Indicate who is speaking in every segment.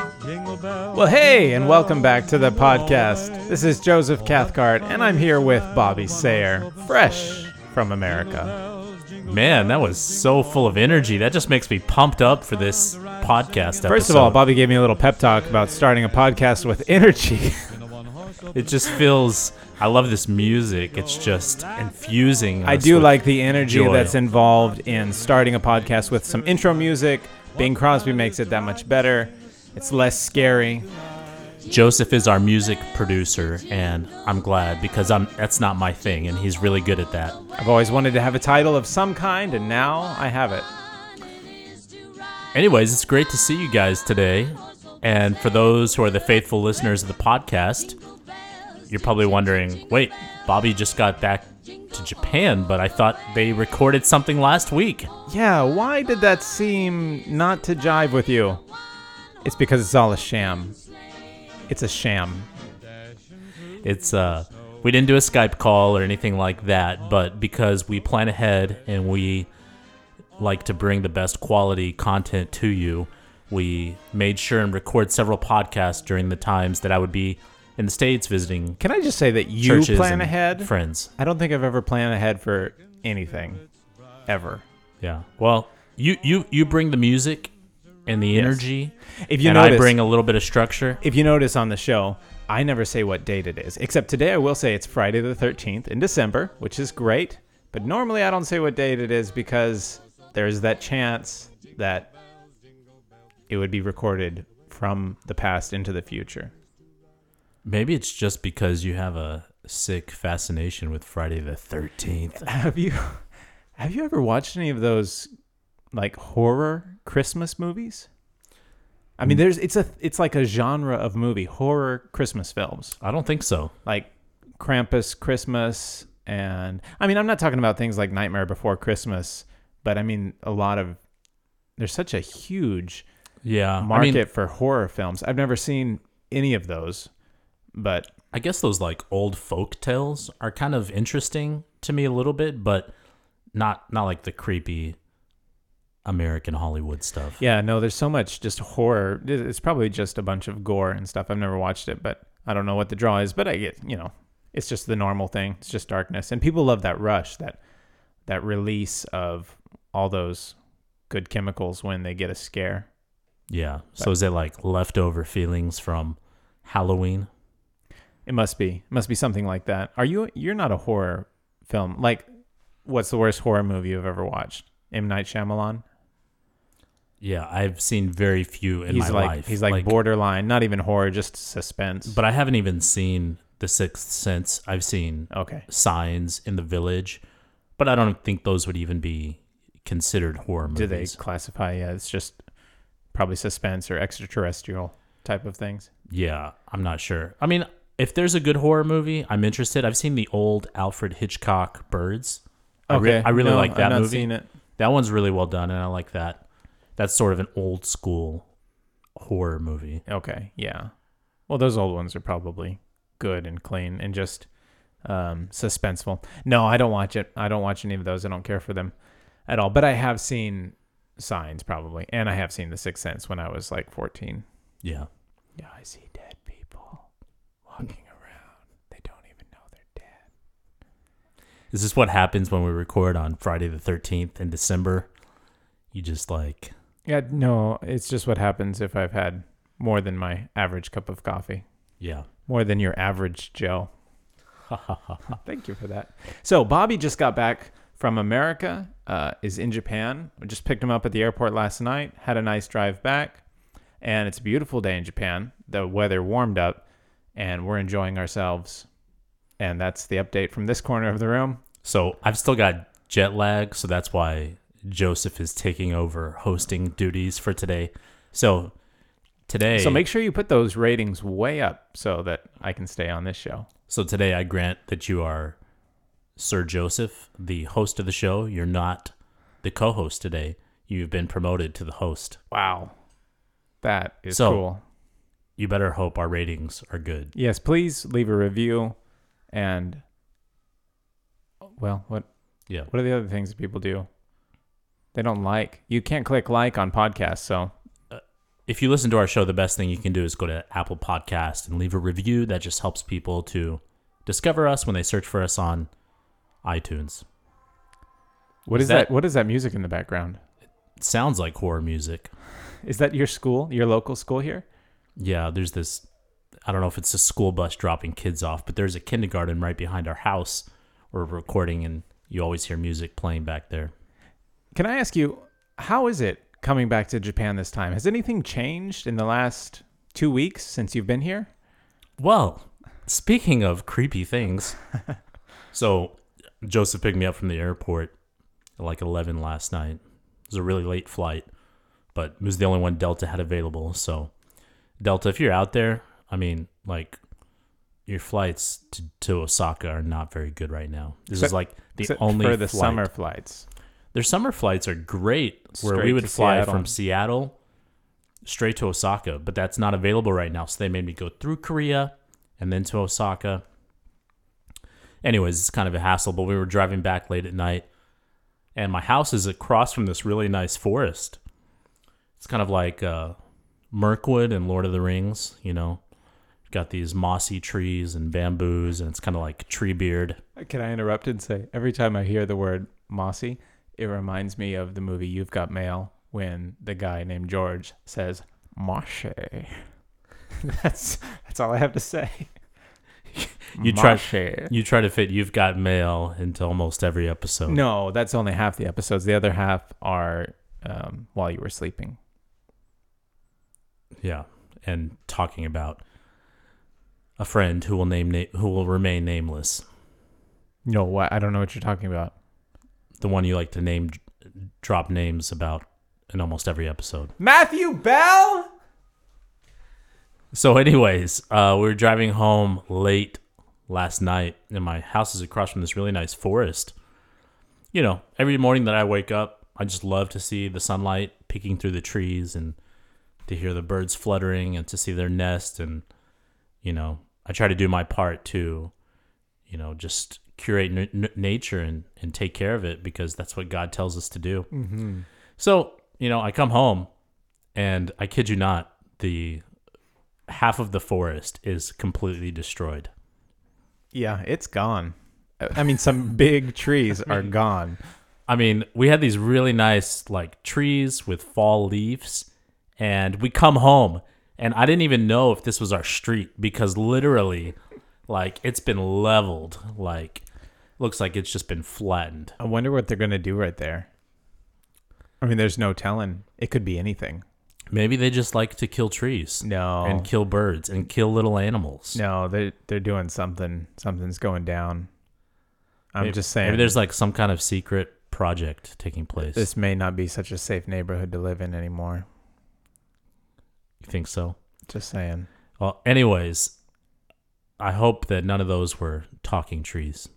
Speaker 1: Well, hey, and welcome back to the podcast. This is Joseph Cathcart, and I'm here with Bobby Sayer, fresh from America.
Speaker 2: Man, that was so full of energy. That just makes me pumped up for this podcast episode.
Speaker 1: First of all, Bobby gave me a little pep talk about starting a podcast with energy.
Speaker 2: it just feels. I love this music. It's just infusing.
Speaker 1: I
Speaker 2: us
Speaker 1: do
Speaker 2: with-
Speaker 1: like the energy
Speaker 2: joy.
Speaker 1: that's involved in starting a podcast with some intro music. Bing Crosby makes it that much better. It's less scary.
Speaker 2: Joseph is our music producer, and I'm glad because I'm that's not my thing, and he's really good at that.
Speaker 1: I've always wanted to have a title of some kind, and now I have it.
Speaker 2: Anyways, it's great to see you guys today. And for those who are the faithful listeners of the podcast, you're probably wondering, wait, Bobby just got back to Japan, but I thought they recorded something last week.
Speaker 1: Yeah, why did that seem not to jive with you? It's because it's all a sham. It's a sham.
Speaker 2: It's uh we didn't do a Skype call or anything like that, but because we plan ahead and we like to bring the best quality content to you, we made sure and record several podcasts during the times that I would be in the States visiting
Speaker 1: Can I just say that you
Speaker 2: churches
Speaker 1: plan
Speaker 2: and
Speaker 1: ahead?
Speaker 2: friends.
Speaker 1: I don't think I've ever planned ahead for anything, ever.
Speaker 2: Yeah. Well, you you you bring the music and the energy,
Speaker 1: If you
Speaker 2: and
Speaker 1: notice,
Speaker 2: I bring a little bit of structure.
Speaker 1: if you notice on the show, I never say what date it is. Except today, I will say it's Friday the 13th in December, which is great. But normally, I don't say what date it is because there's that chance that it would be recorded from the past into the future.
Speaker 2: Maybe it's just because you have a sick fascination with Friday the Thirteenth.
Speaker 1: Have you have you ever watched any of those like horror Christmas movies? I
Speaker 2: Mm.
Speaker 1: mean, there's it's a it's like a genre of movie horror Christmas films,
Speaker 2: I don't think so.
Speaker 1: like Krampus Christmas, and I mean, I'm not talking about things like Nightmare Before Christmas, but I mean a lot of there's such a huge
Speaker 2: Yeah,
Speaker 1: market
Speaker 2: I mean,
Speaker 1: for horror films. I've never seen any of those, but
Speaker 2: I guess those like old folk tales are kind of interesting to me a little bit, but not not like the creepy American Hollywood stuff.
Speaker 1: Yeah, no, there's so much just horror. It- It's probably just a bunch of gore and stuff. I've never watched it, but I don't know what the draw is, but I get, you know, it's just the normal thing. It's just darkness. And people love that rush, that that release of all those good chemicals when they get a scare.
Speaker 2: Yeah. So is it like leftover feelings from Halloween?
Speaker 1: It must be. It must be something like that. Are you you're not a horror film. Like what's the worst horror movie you've ever watched? M Night Shyamalan?
Speaker 2: Yeah, I've seen very few in
Speaker 1: he's
Speaker 2: my
Speaker 1: like
Speaker 2: life.
Speaker 1: he's like, borderline, not even horror, just suspense.
Speaker 2: But I haven't even seen The Sixth Sense. I've seen
Speaker 1: okay.
Speaker 2: signs in the village, but I don't think those would even be considered horror
Speaker 1: do
Speaker 2: movies.
Speaker 1: they classify yeah it's just probably suspense or extraterrestrial type of things
Speaker 2: Yeah, I'm not sure. I mean, if there's a good horror movie, I'm interested. I've seen the old Alfred Hitchcock Birds. I, re- I really
Speaker 1: No,
Speaker 2: like that
Speaker 1: I've not
Speaker 2: movie.
Speaker 1: seen it
Speaker 2: That one's really well done, and I like that. That's sort of an old school horror movie.
Speaker 1: okay yeah well those old ones are probably good and clean and just um suspenseful no i don't watch it i don't watch any of those i don't care for them at all but i have seen signs probably and i have seen the sixth sense when i was like 14
Speaker 2: Yeah.
Speaker 1: yeah i see dead people walking around they don't even know they're dead
Speaker 2: This is what happens when we record on Friday the 13th in December. You just like,
Speaker 1: Yeah, no, it's just what happens if I've had more than my average cup of coffee,
Speaker 2: yeah.
Speaker 1: more than your average Joe. Thank you for that. So, Bobby just got back from America, uh, is in Japan. We just picked him up at the airport last night, had a nice drive back, and it's a beautiful day in Japan. The weather warmed up, and we're enjoying ourselves. And that's the update from this corner of the room.
Speaker 2: So I've still got jet lag, so that's why Joseph is taking over hosting duties for today. So today,
Speaker 1: So, make sure you put those ratings way up so that I can stay on this show.
Speaker 2: so today, I grant that you are Sir Joseph, the host of the show. You're not the co-host today. You've been promoted to the host.
Speaker 1: Wow. That is
Speaker 2: So-
Speaker 1: cool.
Speaker 2: You better hope our ratings are good.
Speaker 1: Yes, please leave a review and well, what
Speaker 2: Yeah.
Speaker 1: what are the other things that people do? They don't like. You can't click like on podcasts, so
Speaker 2: if you listen to our show, the best thing you can do is go to Apple Podcast and leave a review. That just helps people to discover us when they search for us on iTunes.
Speaker 1: What is,
Speaker 2: Is
Speaker 1: that,
Speaker 2: that-
Speaker 1: What is that music in the background?
Speaker 2: It sounds like horror music.
Speaker 1: Is that your school, your local school here?
Speaker 2: Yeah, there's this I don't know if it's a school bus dropping kids off, but there's a kindergarten right behind our house. We're recording and you always hear music playing back there.
Speaker 1: Can I ask you, how is it coming back to Japan this time? Has anything changed in the last two weeks since you've been here?
Speaker 2: Well, speaking of creepy things, so Joseph picked me up from the airport at like 11 last night. It was a really late flight, but it was the only one Delta had available. So, Delta, if you're out there, I mean, like, your flights to, to Osaka are not very good right now. This is
Speaker 1: Except-
Speaker 2: like the
Speaker 1: Except
Speaker 2: only
Speaker 1: for the
Speaker 2: flight.
Speaker 1: summer flights.
Speaker 2: Their summer flights are great, where
Speaker 1: Straight
Speaker 2: we
Speaker 1: to
Speaker 2: would fly
Speaker 1: Seattle.
Speaker 2: from Seattle straight to Osaka, but that's not available right now. So they made me go through Korea and then to Osaka. Anyways, it's kind of a hassle, but we were driving back late at night, and my house is across from this really nice forest. It's kind of like uh, Mirkwood and Lord of the Rings, you know. Got these mossy trees and bamboos, and it's kind of like tree beard.
Speaker 1: Can I interrupt and say every time I hear the word mossy, it reminds me of the movie You've Got Mail when the guy named George says "moshy." that's that's all I have to say.
Speaker 2: You try-
Speaker 1: Moshy.
Speaker 2: You try to fit You've Got Mail into almost every episode.
Speaker 1: No, that's only half the episodes. The other half are um, while you were sleeping.
Speaker 2: Yeah, and talking about a friend who will name na- who will remain nameless,
Speaker 1: No, what? I don't know what you're talking about.
Speaker 2: the one you like to name drop names about in almost every episode.
Speaker 1: Matthew Bell.
Speaker 2: So, anyways, uh, we were driving home late last night, and my house is across from this really nice forest. You know, every morning that I wake up, I just love to see the sunlight peeking through the trees and to hear the birds fluttering and to see their nest. And, you know, I try to do my part to, you know, just curate n- n- nature and, and take care of it because that's what God tells us to do.
Speaker 1: Mm-hmm.
Speaker 2: So, you know, I come home and I kid you not, the half of the forest is completely destroyed.
Speaker 1: Yeah, it's gone. I mean, some big trees are gone.
Speaker 2: I mean, we had these really nice like trees with fall leaves and we come home and I didn't even know if this was our street because literally like it's been leveled like looks like it's just been flattened.
Speaker 1: I wonder what they're gonna do right there. I mean, there's no telling. It could be anything.
Speaker 2: Maybe they just like to kill trees
Speaker 1: No,
Speaker 2: and kill birds and kill little animals.
Speaker 1: no, they're they're doing something. Something's going down. I'm
Speaker 2: Maybe-
Speaker 1: just saying.
Speaker 2: Maybe there's like some kind of secret project taking place.
Speaker 1: this may not be such a safe neighborhood to live in anymore.
Speaker 2: You think so?
Speaker 1: Just saying.
Speaker 2: Well, anyways, I hope that none of those were talking trees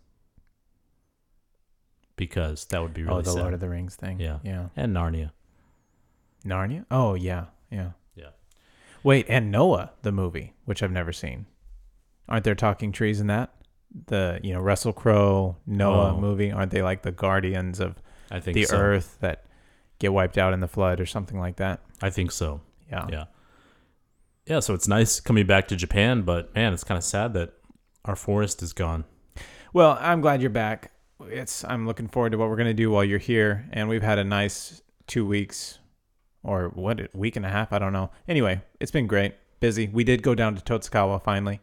Speaker 2: because that would be really
Speaker 1: oh, the
Speaker 2: sad.
Speaker 1: Lord of the Rings thing.
Speaker 2: Yeah.
Speaker 1: yeah.
Speaker 2: and Narnia.
Speaker 1: Narnia. Oh yeah, yeah,
Speaker 2: Yeah.
Speaker 1: Wait, and Noah the movie, which I've never seen. Aren't there talking trees in that? The you know Russell Crowe Noah
Speaker 2: Oh.
Speaker 1: movie. Aren't they like the guardians of
Speaker 2: I think
Speaker 1: the
Speaker 2: so.
Speaker 1: earth that get wiped out in the flood or something like that?
Speaker 2: I think so.
Speaker 1: Yeah.
Speaker 2: Yeah. Yeah, so it's nice coming back to Japan, but man, it's kind of sad that our forest is gone.
Speaker 1: Well, I'm glad you're back. It's I'm looking forward to what we're gonna do while you're here, and we've had a nice two weeks, or what a week and a half. I don't know. Anyway, it's been great. Busy. We did go down to Totsukawa finally,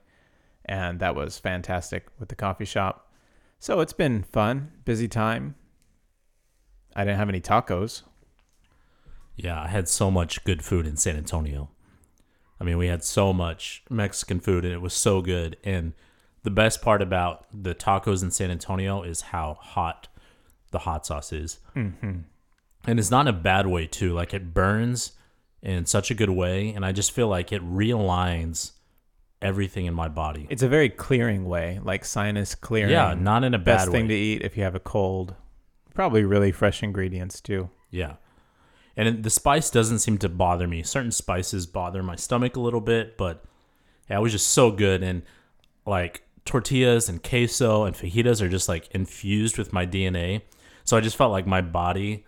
Speaker 1: and that was fantastic with the coffee shop. So it's been fun, busy time. I didn't have any tacos.
Speaker 2: Yeah, I had so much good food in San Antonio. I mean, we had so much Mexican food and it was so good. And the best part about the tacos in San Antonio is how hot the hot sauce is. Mm-hmm. And it's not in a bad way, too. Like, it burns in such a good way. And I just feel like it realigns everything in my body.
Speaker 1: It's a very clearing way, like sinus clearing.
Speaker 2: yeah, not in a bad
Speaker 1: best
Speaker 2: way.
Speaker 1: thing to eat if you have a cold. Probably really fresh ingredients too.
Speaker 2: Yeah. And it- the spice doesn't seem to bother me. Certain spices bother my stomach a little bit, but yeah, it was just so good. And like tortillas and queso and fajitas are just like infused with my DNA. So I just felt like my body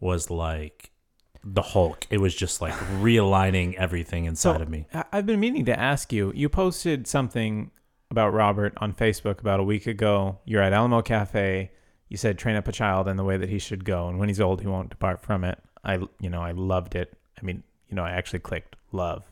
Speaker 2: was like the Hulk. It was just like realigning everything inside of me.
Speaker 1: I- I've been meaning to ask you. You posted something about Robert on Facebook about a week ago. You're at Alamo Cafe. You said train up a child in the way that he should go, and when he's old, he won't depart from it. I, you know, I loved it. I mean, you know, I actually clicked love,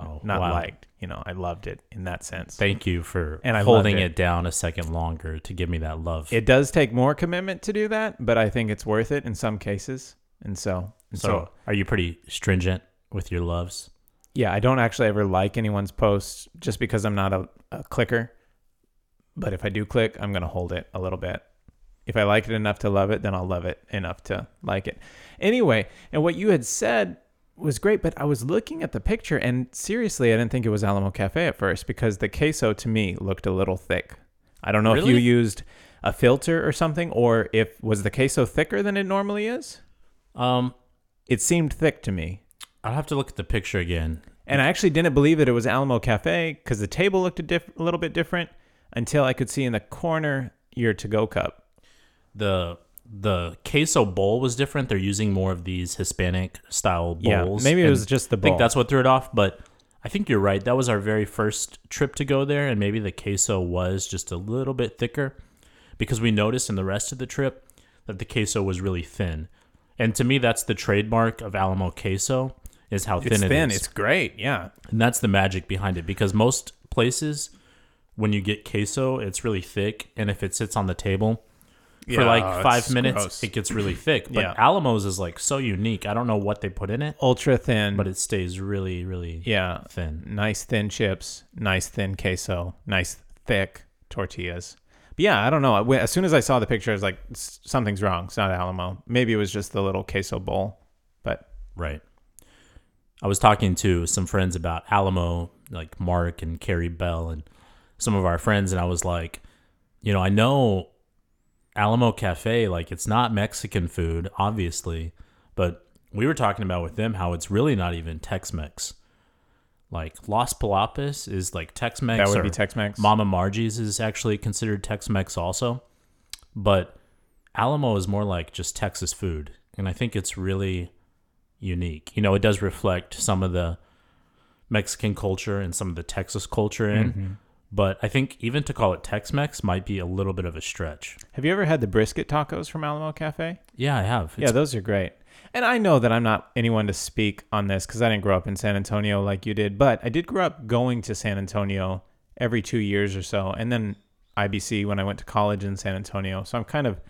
Speaker 2: Oh,
Speaker 1: not
Speaker 2: wow.
Speaker 1: liked. You know, I loved it in that sense.
Speaker 2: Thank you for
Speaker 1: And I
Speaker 2: holding
Speaker 1: loved
Speaker 2: it.
Speaker 1: it.
Speaker 2: down a second longer to give me that love.
Speaker 1: It does take more commitment to do that, but I think it's worth it in some cases. And so, and
Speaker 2: so,
Speaker 1: so,
Speaker 2: are you pretty stringent with your loves?
Speaker 1: yeah, I don't actually ever like anyone's posts just because I'm not a, a clicker. But if I do click, I'm going to hold it a little bit. If I like it enough to love it, then I'll love it enough to like it. Anyway, and what you had said was great, but I was looking at the picture and seriously, I didn't think it was Alamo Cafe at first because the queso to me looked a little thick. I don't know if you
Speaker 2: Really?
Speaker 1: used a filter or something or if was the queso thicker than it normally is?
Speaker 2: Um,
Speaker 1: It seemed thick to me.
Speaker 2: I'll have to look at the picture again.
Speaker 1: And I actually didn't believe that it was Alamo Cafe because the table looked a, diff- a little bit different until I could see in the corner your to go cup.
Speaker 2: the The queso bowl was different. They're using more of these Hispanic style bowls.
Speaker 1: Yeah, maybe it
Speaker 2: and
Speaker 1: was just the
Speaker 2: I think
Speaker 1: bowl.
Speaker 2: that's what threw it off, but. I think you're right. That was our very first trip to go there, and maybe the queso was just a little bit thicker because we noticed in the rest of the trip that the queso was really thin. And to me, that's the trademark of Alamo queso is how
Speaker 1: It's
Speaker 2: thin,
Speaker 1: thin.
Speaker 2: it is.
Speaker 1: It's great. Yeah.
Speaker 2: And that's the magic behind it because most places, when you get queso, it's really thick. And if it sits on the table for like five minutes, it gets really thick. But
Speaker 1: Yeah.
Speaker 2: Alamo's is like so unique. I don't know what they put in it,
Speaker 1: ultra thin.
Speaker 2: but it stays really, really
Speaker 1: yeah,
Speaker 2: thin.
Speaker 1: nice thin chips, nice thin queso, nice thick tortillas. But yeah, I don't know. When- As soon as I saw the picture, I was like, "S- something's wrong. It's not Alamo. Maybe it was just the little queso bowl. But
Speaker 2: Right. I was talking to some friends about Alamo, like Mark and Carrie Bell and some of our friends, and I was like, you know, I know Alamo Cafe, like it's not Mexican food, obviously, but we were talking about with them how it's really not even Tex Mex. Like Los Palapis is like Tex Mex.
Speaker 1: that would be Tex-Mex.
Speaker 2: Mama Margie's is actually considered Tex Mex also. But Alamo is more like just Texas food. And I think it's really unique. You know, it does reflect some of the Mexican culture and some of the Texas culture in. But I think even to call it Tex Mex might be a little bit of a stretch.
Speaker 1: Have you ever had the brisket tacos from Alamo Cafe?
Speaker 2: Yeah, I have.
Speaker 1: yeah, those are great. And I know that I'm not anyone to speak on this because I didn't grow up in San Antonio like you did, but I did grow up going to San Antonio every two years or so, and then IBC when I went to college in San Antonio. So I'm kind of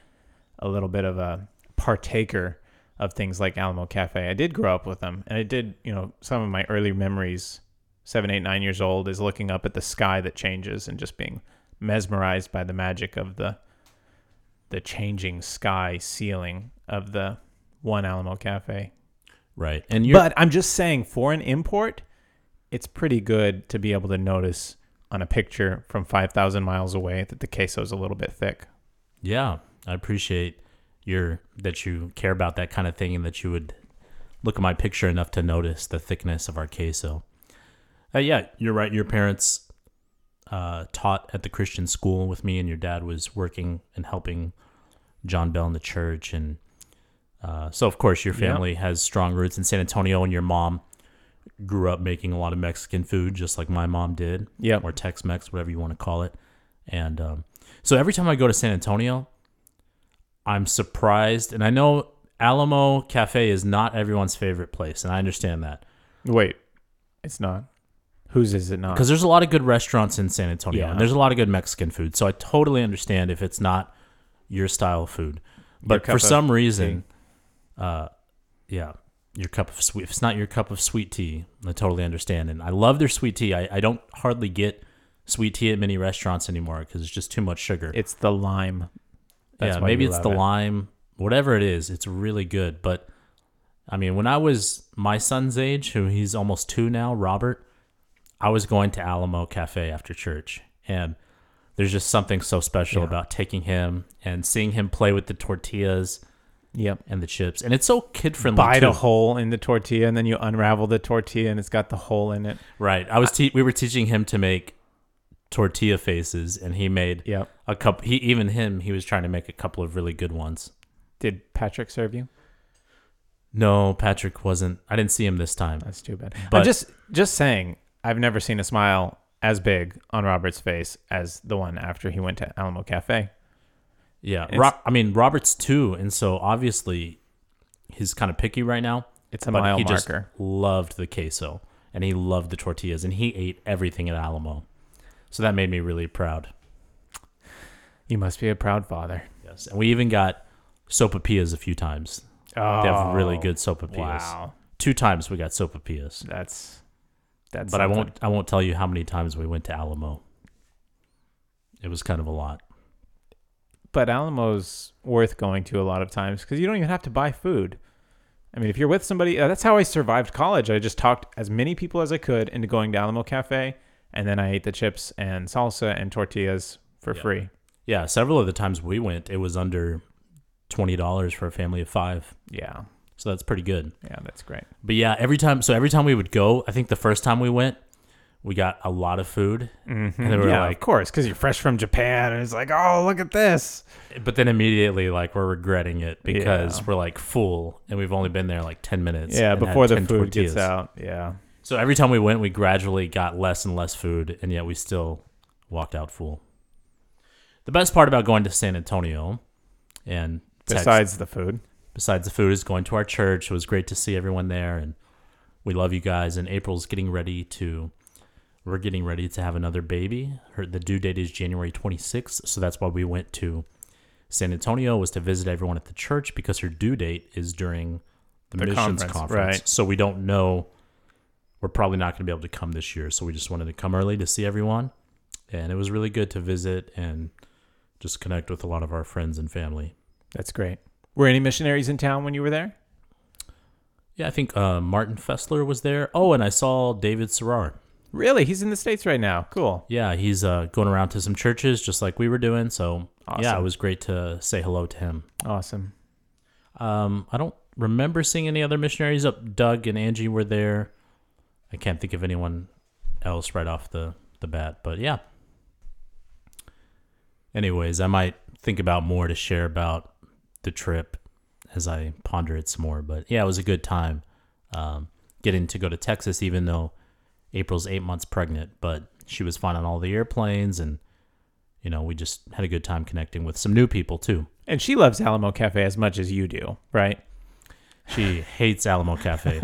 Speaker 1: a little bit of a partaker of things like Alamo Cafe. I did grow up with them, and I did, you know, some of my early memories, seven, eight, nine years old, is looking up at the sky that changes and just being mesmerized by the magic of the the changing sky ceiling of the one Alamo Cafe.
Speaker 2: right. And you're
Speaker 1: but I'm just saying, for an import, it's pretty good to be able to notice on a picture from 5,000 miles away that the queso's a little bit thick.
Speaker 2: Yeah, I appreciate your that you care about that kind of thing and that you would look at my picture enough to notice the thickness of our queso. Uh, yeah, you're right. Your parents uh, taught at the Christian school with me, and your dad was working and helping John Bell in the church, and uh, so of course your
Speaker 1: Yeah.
Speaker 2: family has strong roots in San Antonio, and your mom grew up making a lot of Mexican food, just like my mom did
Speaker 1: Yep.
Speaker 2: or Tex Mex, whatever you want to call it. And um, so every time I go to San Antonio, I'm surprised. And I know Alamo Cafe is not everyone's favorite place, and I understand that
Speaker 1: Wait, it's not. Whose is it not?
Speaker 2: because there's a lot of good restaurants in San Antonio,
Speaker 1: Yeah.
Speaker 2: and there's a lot of good Mexican food. So I totally understand if it's not your style of food. But
Speaker 1: cup
Speaker 2: for
Speaker 1: of
Speaker 2: some reason, uh, yeah, your cup of sweet. If it's not your cup of sweet tea, I totally understand. And I love their sweet tea. I, I don't hardly get sweet tea at many restaurants anymore because it's just too much sugar.
Speaker 1: It's the lime. That's
Speaker 2: yeah,
Speaker 1: why
Speaker 2: maybe
Speaker 1: you
Speaker 2: it's
Speaker 1: love
Speaker 2: the
Speaker 1: it.
Speaker 2: lime, whatever it is. It's really good. But I mean, when I was my son's age, who he's almost two now, Robert, I was going to Alamo Cafe after church, and there's just something so special about taking him and seeing him play with the tortillas
Speaker 1: Yep.
Speaker 2: and the chips, and it's so kid friendly.
Speaker 1: Bite a hole in the tortilla and then you unravel the tortilla and it's got the hole in it.
Speaker 2: Right. I was te- we were teaching him to make tortilla faces, and he made
Speaker 1: Yep.
Speaker 2: a couple. He even him he was trying to make a couple of really good ones.
Speaker 1: Did Patrick serve you?
Speaker 2: No, Patrick wasn't. I didn't see him this time.
Speaker 1: That's too bad.
Speaker 2: But-
Speaker 1: I'm just just saying, I've never seen a smile as big on Robert's face as the one after he went to Alamo Cafe.
Speaker 2: Yeah,
Speaker 1: It's-
Speaker 2: Ro- I mean Roberts too, and so obviously he's kind of picky right now.
Speaker 1: It's a
Speaker 2: but
Speaker 1: mile
Speaker 2: he
Speaker 1: marker.
Speaker 2: just loved the queso, and he loved the tortillas, and he ate everything at Alamo. So that made me really proud.
Speaker 1: You must be a proud father.
Speaker 2: Yes, and we even got sopapillas a few times.
Speaker 1: Oh,
Speaker 2: They have really good sopapillas.
Speaker 1: Wow,
Speaker 2: Two times we got sopapillas,
Speaker 1: that's that's.
Speaker 2: but I
Speaker 1: something.
Speaker 2: won't. I won't tell you how many times we went to Alamo. It was kind of a lot.
Speaker 1: But Alamo's worth going to a lot of times because you don't even have to buy food. I mean, if you're with somebody, uh, that's how I survived college. I just talked as many people as I could into going to Alamo Cafe, and then I ate the chips and salsa and tortillas for
Speaker 2: Yeah.
Speaker 1: free.
Speaker 2: Yeah, several of the times we went, it was under twenty dollars for a family of five.
Speaker 1: Yeah,
Speaker 2: So that's pretty good.
Speaker 1: yeah, that's great.
Speaker 2: But yeah, every time, so every time we would go, I think the first time we went, we got a lot of food.
Speaker 1: Mm-hmm.
Speaker 2: And they were
Speaker 1: yeah,
Speaker 2: like-
Speaker 1: of course, because you're fresh from Japan, and it's like, oh, look at this.
Speaker 2: But then immediately, like, we're regretting it because
Speaker 1: Yeah.
Speaker 2: we're like full and we've only been there like 10 minutes.
Speaker 1: yeah,
Speaker 2: and had
Speaker 1: before the
Speaker 2: 10
Speaker 1: food
Speaker 2: tortillas.
Speaker 1: gets out. Yeah,
Speaker 2: So every time we went, we gradually got less and less food, and yet we still walked out full. The best part about going to San Antonio and Texas-
Speaker 1: besides the food.
Speaker 2: besides the food is going to our church. It was great to see everyone there and we love you guys. And April's getting ready to we're getting ready to have another baby. Her the due date is January 26th, so that's why we went to San Antonio was to visit everyone at the church because her due date is during the,
Speaker 1: The
Speaker 2: missions
Speaker 1: conference,
Speaker 2: conference.
Speaker 1: right.
Speaker 2: So we don't know we're probably not going to be able to come this year, so we just wanted to come early to see everyone. And it was really good to visit and just connect with a lot of our friends and family.
Speaker 1: That's great. Were any missionaries in town when you were there?
Speaker 2: Yeah, I think uh, Martin Fessler was there. Oh, and I saw David Serrar.
Speaker 1: Really, he's in the states right now. Cool.
Speaker 2: Yeah, he's uh, going around to some churches just like we were doing. So yeah, it
Speaker 1: Awesome.
Speaker 2: was great to say hello to him.
Speaker 1: Awesome.
Speaker 2: Um, I don't remember seeing any other missionaries up. Doug and Angie were there. I can't think of anyone else right off the, the bat, but yeah. Anyways, I might think about more to share about the trip as I ponder it some more. But yeah, it was a good time um, getting to go to Texas, even though April's eight months pregnant, but she was fine on all the airplanes and. You know, we just had a good time connecting with some new people too.
Speaker 1: And she loves Alamo Cafe as much as you do, right?
Speaker 2: She hates Alamo Cafe.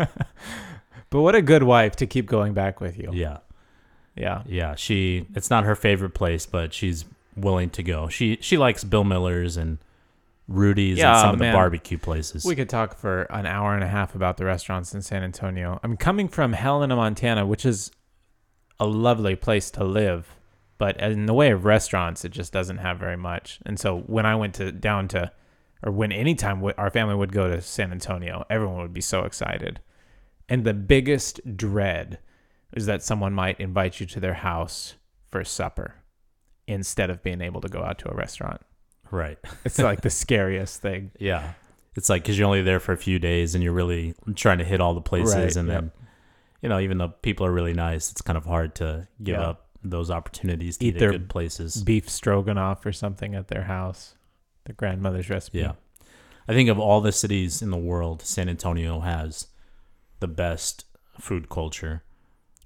Speaker 1: But what a good wife to keep going back with you.
Speaker 2: Yeah.
Speaker 1: Yeah.
Speaker 2: Yeah, she it's not her favorite place, but she's willing to go. She she likes Bill Miller's and Rudy's and
Speaker 1: Yeah,
Speaker 2: some of
Speaker 1: man.
Speaker 2: the barbecue places.
Speaker 1: We could talk for an hour and a half about the restaurants in San Antonio. I'm coming from Helena, Montana, which is a lovely place to live, but in the way of restaurants, it just doesn't have very much. And so when I went to down to, or when anytime w- our family would go to San Antonio, everyone would be so excited. And the biggest dread is that someone might invite you to their house for supper instead of being able to go out to a restaurant.
Speaker 2: right.
Speaker 1: It's like the scariest thing.
Speaker 2: Yeah. It's like cuz you're only there for a few days and you're really trying to hit all the places
Speaker 1: Right,
Speaker 2: and
Speaker 1: yep.
Speaker 2: then you know, even though people are really nice, it's kind of hard to give
Speaker 1: Yeah.
Speaker 2: up those opportunities to
Speaker 1: Eat
Speaker 2: eat,
Speaker 1: their
Speaker 2: at good places.
Speaker 1: beef stroganoff or something at their house, their grandmother's recipe.
Speaker 2: Yeah. I think of all the cities in the world, San Antonio has the best food culture.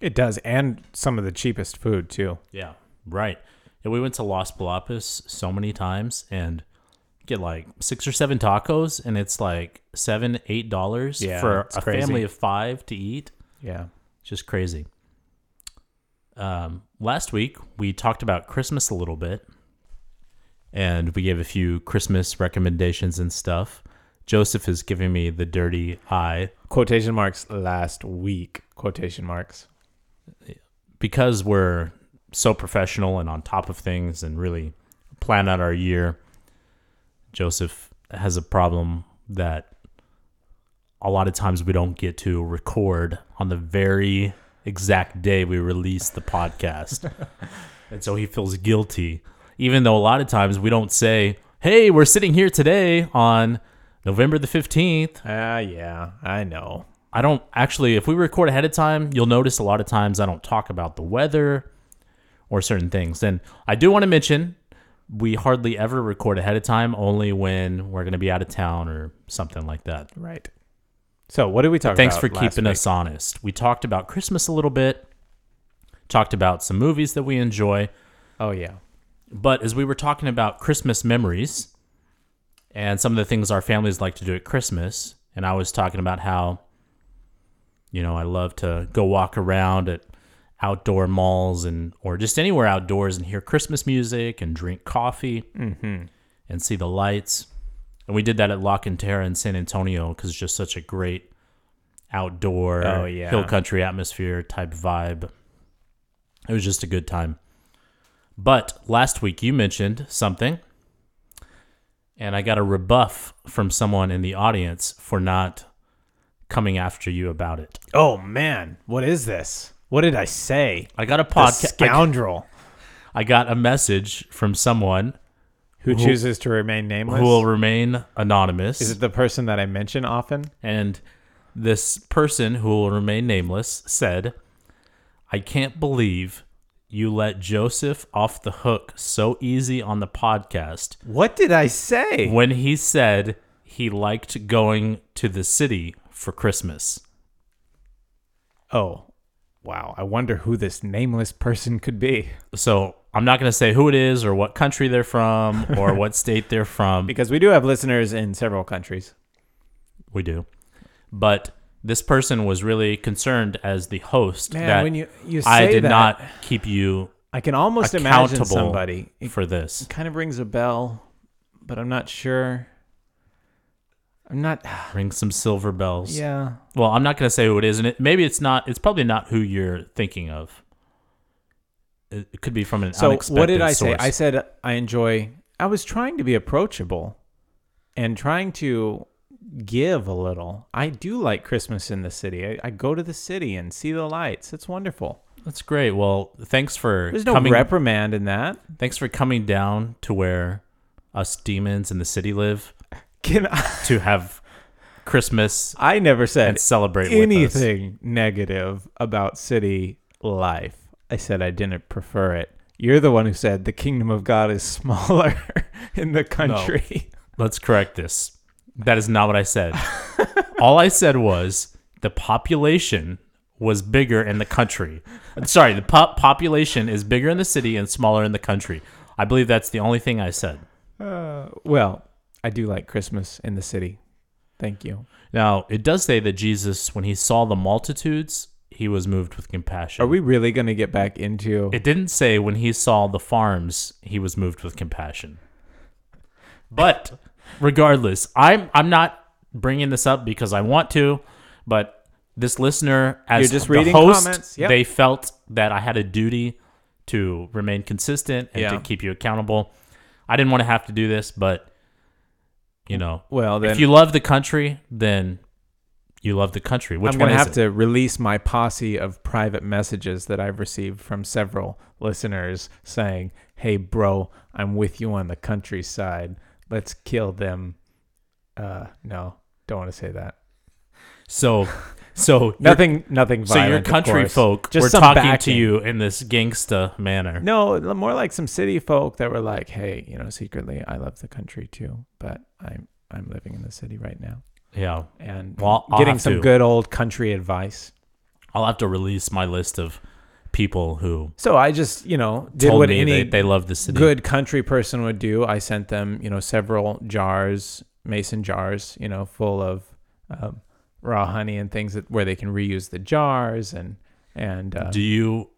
Speaker 1: it does, and some of the cheapest food too.
Speaker 2: Yeah, right. And we went to Los Palapos so many times and get like six or seven tacos, and it's like seven, eight dollars
Speaker 1: Yeah,
Speaker 2: for
Speaker 1: it's
Speaker 2: a
Speaker 1: crazy.
Speaker 2: family of five to eat.
Speaker 1: Yeah,
Speaker 2: It's just crazy. Um, last week we talked about Christmas a little bit, and we gave a few Christmas recommendations and stuff. Joseph is giving me the dirty eye
Speaker 1: quotation marks last week. Quotation marks.
Speaker 2: because we're so professional and on top of things and really plan out our year, Joseph has a problem that a lot of times we don't get to record on the very exact day we release the podcast. and so he feels guilty, even though a lot of times we don't say, Hey, we're sitting here today on November the 15th.
Speaker 1: Ah, yeah, I know.
Speaker 2: I don't actually, if we record ahead of time, you'll notice a lot of times I don't talk about the weather or certain things. And I do want to mention we hardly ever record ahead of time, only when we're going to be out of town or something like that.
Speaker 1: Right. So what did we talk
Speaker 2: Thanks
Speaker 1: about?
Speaker 2: for
Speaker 1: last
Speaker 2: keeping
Speaker 1: week?
Speaker 2: us honest. We talked about Christmas a little bit, talked about some movies that we enjoy,
Speaker 1: Oh yeah.
Speaker 2: but as we were talking about Christmas memories and some of the things our families like to do at Christmas, and I was talking about how, you know, I love to go walk around at outdoor malls and or just anywhere outdoors and hear Christmas music and drink coffee
Speaker 1: Mm-hmm.
Speaker 2: and see the lights. And we did that at La Cantera in San Antonio because it's just such a great outdoor
Speaker 1: Oh, yeah.
Speaker 2: hill country atmosphere type vibe. It was just a good time. But last week you mentioned something, and I got a rebuff from someone in the audience for not coming after you about it.
Speaker 1: Oh man, what is this? What did I say?
Speaker 2: I got a
Speaker 1: The
Speaker 2: podcast. I,
Speaker 1: scoundrel
Speaker 2: I got a message from someone
Speaker 1: who chooses to remain nameless.
Speaker 2: who will remain anonymous,
Speaker 1: is it the person that I mention often?
Speaker 2: and this person who will remain nameless said, "I can't believe." You let Joseph off the hook so easy on the podcast.
Speaker 1: What did I say?
Speaker 2: when he said he liked going to the city for Christmas.
Speaker 1: Oh, wow. I wonder who this nameless person could be
Speaker 2: So I'm not going to say who it is or what country they're from or what state they're from.
Speaker 1: because we do have listeners in several countries.
Speaker 2: We do. But this person was really concerned as the host
Speaker 1: Man,
Speaker 2: that
Speaker 1: when you- you
Speaker 2: I
Speaker 1: say
Speaker 2: did
Speaker 1: that-
Speaker 2: not keep you
Speaker 1: I can almost imagine
Speaker 2: accountable
Speaker 1: somebody. It
Speaker 2: for this.
Speaker 1: kind of rings a bell, but I'm not sure. I'm not.
Speaker 2: Ring some silver bells.
Speaker 1: Yeah.
Speaker 2: Well, I'm not going to say who it is. And it, maybe it's not, it's probably not who you're thinking of. It it could be from an
Speaker 1: So
Speaker 2: unexpected
Speaker 1: what did I say?
Speaker 2: source.
Speaker 1: I said I enjoy. I was trying to be approachable, and trying to give a little. I do like Christmas in the city. I, I go to the city and see the lights. It's wonderful.
Speaker 2: That's great. Well, thanks for
Speaker 1: There's no
Speaker 2: coming
Speaker 1: reprimand in that.
Speaker 2: Thanks for coming down to where us demons in the city live
Speaker 1: Can I,
Speaker 2: to have Christmas
Speaker 1: I never said
Speaker 2: and celebrate with us.
Speaker 1: anything negative about city life. I said I didn't prefer it. You're the one who said the kingdom of God is smaller in the country.
Speaker 2: Let's correct this. That is not what I said. All I said was the population was bigger in the country. I'm Sorry, the pop- population is bigger in the city and smaller in the country. I believe that's the only thing I said.
Speaker 1: Uh, well, I do like Christmas in the city. Thank you.
Speaker 2: Now, it does say that Jesus, when he saw the multitudes, he was moved with compassion.
Speaker 1: Are we really going to get back into
Speaker 2: It didn't say when he saw the farms, he was moved with compassion. But regardless, I'm I'm not bringing this up because I want to, but this listener, as
Speaker 1: You're just
Speaker 2: the
Speaker 1: reading
Speaker 2: host,
Speaker 1: comments, yep.
Speaker 2: they felt that I had a duty to remain consistent and to
Speaker 1: Yeah.
Speaker 2: keep you accountable. I didn't want to have to do this, but you know,
Speaker 1: well? Then
Speaker 2: if you love the country, then you love the country. Which
Speaker 1: I'm
Speaker 2: one
Speaker 1: going to
Speaker 2: is
Speaker 1: have
Speaker 2: it?
Speaker 1: to release my posse of private messages that I've received from several listeners saying, "Hey, bro, I'm with you on the countryside. Let's kill them." Uh, no, don't want to say that.
Speaker 2: So, so
Speaker 1: Nothing, nothing
Speaker 2: So
Speaker 1: violent.
Speaker 2: your
Speaker 1: of
Speaker 2: country
Speaker 1: course.
Speaker 2: folk
Speaker 1: Just
Speaker 2: were
Speaker 1: some
Speaker 2: talking to
Speaker 1: backing.
Speaker 2: you in this gangsta manner.
Speaker 1: No, l- more like some city folk that were like, "Hey, you know, secretly, I love the country too, but I'm I'm living in the city right now
Speaker 2: Yeah,
Speaker 1: and
Speaker 2: Well, I'll
Speaker 1: getting
Speaker 2: have
Speaker 1: some
Speaker 2: to.
Speaker 1: good old country advice."
Speaker 2: I'll have to release my list of people who
Speaker 1: So I just, you know, did
Speaker 2: told
Speaker 1: what
Speaker 2: me
Speaker 1: any
Speaker 2: they, they love the city.
Speaker 1: good country person would do. I sent them, you know, several jars, mason jars, you know, full of um, raw honey and things that where they can reuse the jars and and uh,
Speaker 2: Do you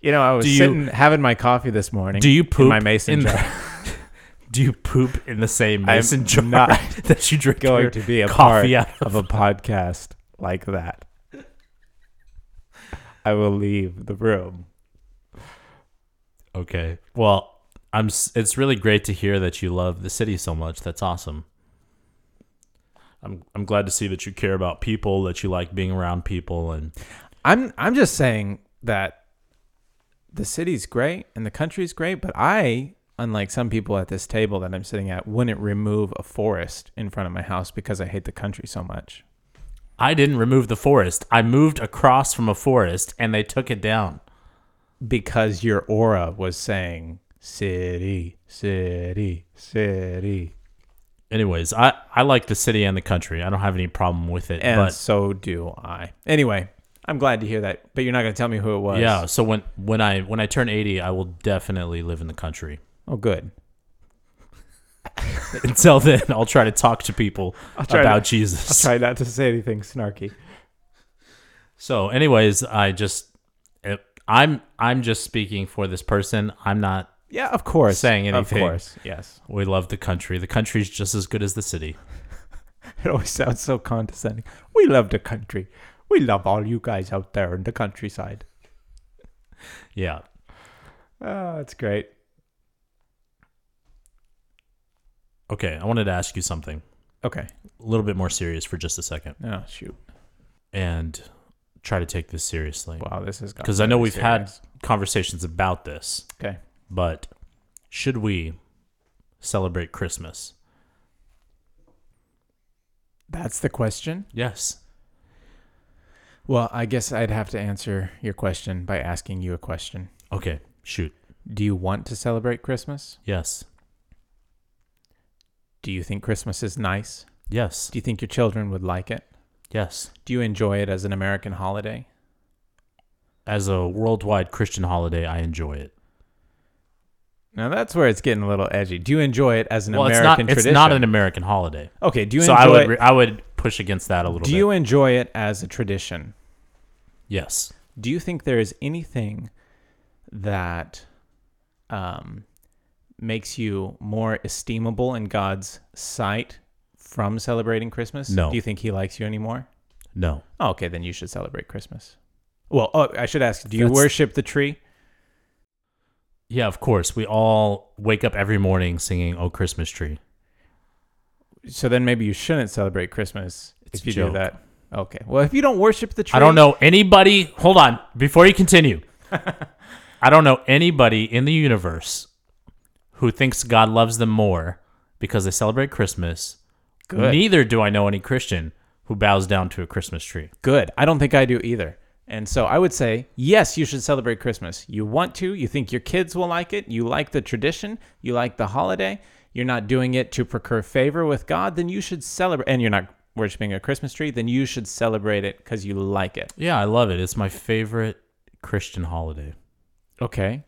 Speaker 1: you know, I was
Speaker 2: do you-
Speaker 1: sitting having my coffee this morning.
Speaker 2: do you poop
Speaker 1: in my mason
Speaker 2: in the-
Speaker 1: jar?
Speaker 2: do you poop in the same
Speaker 1: I'm
Speaker 2: mason jar
Speaker 1: not
Speaker 2: that you drink
Speaker 1: going
Speaker 2: your
Speaker 1: to be a
Speaker 2: coffee
Speaker 1: part
Speaker 2: out
Speaker 1: of a podcast like that. I will leave the room.
Speaker 2: Okay. Well, I'm. s- It's really great to hear that you love the city so much. That's awesome. I'm. I'm glad to see that you care about people. That you like being around people. And
Speaker 1: I'm I'm just saying that the city's great and the country's great, but I, unlike some people at this table that I'm sitting at, wouldn't remove a forest in front of my house because I hate the country so much.
Speaker 2: I didn't remove the forest. I moved across from a forest, and they took it down.
Speaker 1: Because your aura was saying city, city, city.
Speaker 2: anyways, I I like the city and the country. I don't have any problem with it.
Speaker 1: and
Speaker 2: but
Speaker 1: so do I. Anyway, I'm glad to hear that, but you're not going to tell me who it was.
Speaker 2: yeah, so when when I when I turn 80, I will definitely live in the country.
Speaker 1: Oh, good.
Speaker 2: Until then, I'll try to talk to people
Speaker 1: try
Speaker 2: about
Speaker 1: to- I'll
Speaker 2: Jesus.
Speaker 1: try not to say anything snarky.
Speaker 2: So, anyways, I just it, I'm I'm just speaking for this person. I'm not.
Speaker 1: Yeah, of course.
Speaker 2: Saying
Speaker 1: Of
Speaker 2: anything.
Speaker 1: course. Yes.
Speaker 2: We love the country. The country's just as good as the city.
Speaker 1: It always sounds so condescending. We love the country. We love all you guys out there in the countryside.
Speaker 2: Yeah.
Speaker 1: Oh, that's great.
Speaker 2: Okay, I wanted to ask you something
Speaker 1: Okay.
Speaker 2: a little bit more serious for just a second,
Speaker 1: Oh, shoot.
Speaker 2: and try to take this seriously
Speaker 1: Wow, this is
Speaker 2: because I know we've had conversations about this.
Speaker 1: Okay.
Speaker 2: but should we celebrate Christmas?
Speaker 1: That's the question.
Speaker 2: Yes.
Speaker 1: Well, I guess I'd have to answer your question by asking you a question.
Speaker 2: Okay. Shoot.
Speaker 1: Do you want to celebrate Christmas?
Speaker 2: Yes.
Speaker 1: Do you think Christmas is nice?
Speaker 2: Yes.
Speaker 1: Do you think your children would like it?
Speaker 2: Yes.
Speaker 1: Do you enjoy it as an American holiday?
Speaker 2: As a worldwide Christian holiday, I enjoy it.
Speaker 1: Now that's where it's getting a little edgy. Do you enjoy it as an
Speaker 2: well,
Speaker 1: American
Speaker 2: it's not.
Speaker 1: tradition?
Speaker 2: It's not an American holiday.
Speaker 1: Okay, do you
Speaker 2: So
Speaker 1: enjoy
Speaker 2: I would. Re- I would push against that a little
Speaker 1: Do
Speaker 2: bit.
Speaker 1: you enjoy it as a tradition?
Speaker 2: Yes.
Speaker 1: Do you think there is anything that um, makes you more esteemable in God's sight from celebrating Christmas?
Speaker 2: No.
Speaker 1: Do you think He likes you anymore?
Speaker 2: No.
Speaker 1: Oh, okay, then you should celebrate Christmas. Well, oh, I should ask: Do you
Speaker 2: That's-
Speaker 1: worship the tree?
Speaker 2: Yeah. Of course. We all wake up every morning singing "Oh Christmas Tree."
Speaker 1: So then maybe you shouldn't celebrate Christmas
Speaker 2: It's
Speaker 1: if
Speaker 2: a
Speaker 1: you do
Speaker 2: joke.
Speaker 1: that. Okay. Well, if you don't worship the tree,
Speaker 2: I don't know anybody. Hold on. Before you continue, I don't know anybody in the universe who thinks God loves them more because they celebrate Christmas.
Speaker 1: Good.
Speaker 2: Neither do I know any Christian who bows down to a Christmas tree.
Speaker 1: Good. I don't think I do either. And so I would say, yes, you should celebrate Christmas. You want to, you think your kids will like it, you like the tradition, you like the holiday, you're not doing it to procure favor with God, then you should celebrate. And you're not worshiping a Christmas tree, then you should celebrate it because you like it.
Speaker 2: Yeah, I love it. It's my favorite Christian holiday.
Speaker 1: Okay.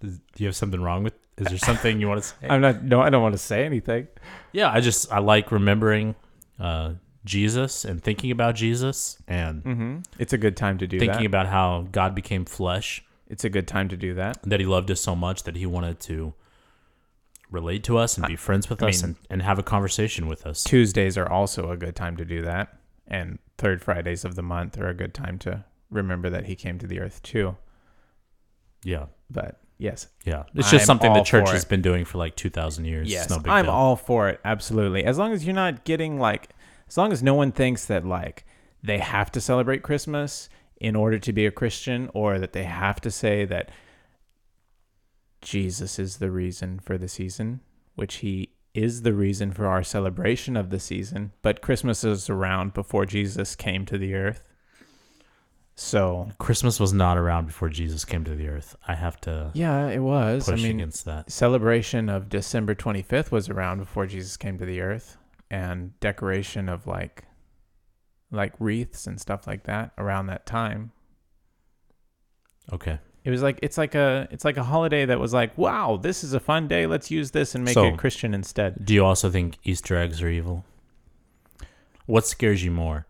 Speaker 2: Does- Do you have something wrong with? Is there something you want to say?
Speaker 1: I'm not, no, I don't want to say anything.
Speaker 2: yeah, I just I like remembering uh, Jesus and thinking about Jesus and
Speaker 1: hmm It's a good time to do
Speaker 2: thinking
Speaker 1: that.
Speaker 2: about how God became flesh
Speaker 1: it's a good time to do that.
Speaker 2: that he loved us so much that he wanted to relate to us and be friends with us
Speaker 1: mean-
Speaker 2: and, and have a conversation with us.
Speaker 1: Tuesdays are also a good time to do that. And third Fridays of the month are a good time to remember that he came to the earth too.
Speaker 2: Yeah.
Speaker 1: But yes,
Speaker 2: Yeah. It's just
Speaker 1: I'm
Speaker 2: something
Speaker 1: all
Speaker 2: the church
Speaker 1: for
Speaker 2: has
Speaker 1: it.
Speaker 2: been doing for like 2,000 years.
Speaker 1: Yes,
Speaker 2: it's no big
Speaker 1: I'm
Speaker 2: deal.
Speaker 1: all for it. Absolutely. As long as you're not getting like, as long as no one thinks that like they have to celebrate Christmas in order to be a Christian or that they have to say that Jesus is the reason for the season, which he is the reason for our celebration of the season. But Christmas is around before Jesus came to the earth. So,
Speaker 2: Christmas was not around before Jesus came to the earth. I have to
Speaker 1: yeah, it was.
Speaker 2: push
Speaker 1: I mean,
Speaker 2: against that.
Speaker 1: celebration of December 25th was around before Jesus came to the earth and decoration of like like wreaths and stuff like that around that time.
Speaker 2: Okay.
Speaker 1: It was like it's like a it's like a holiday that was like, wow, this is a fun day. Let's use this and make
Speaker 2: So-
Speaker 1: it Christian instead.
Speaker 2: Do you also think Easter eggs are evil? What scares you more?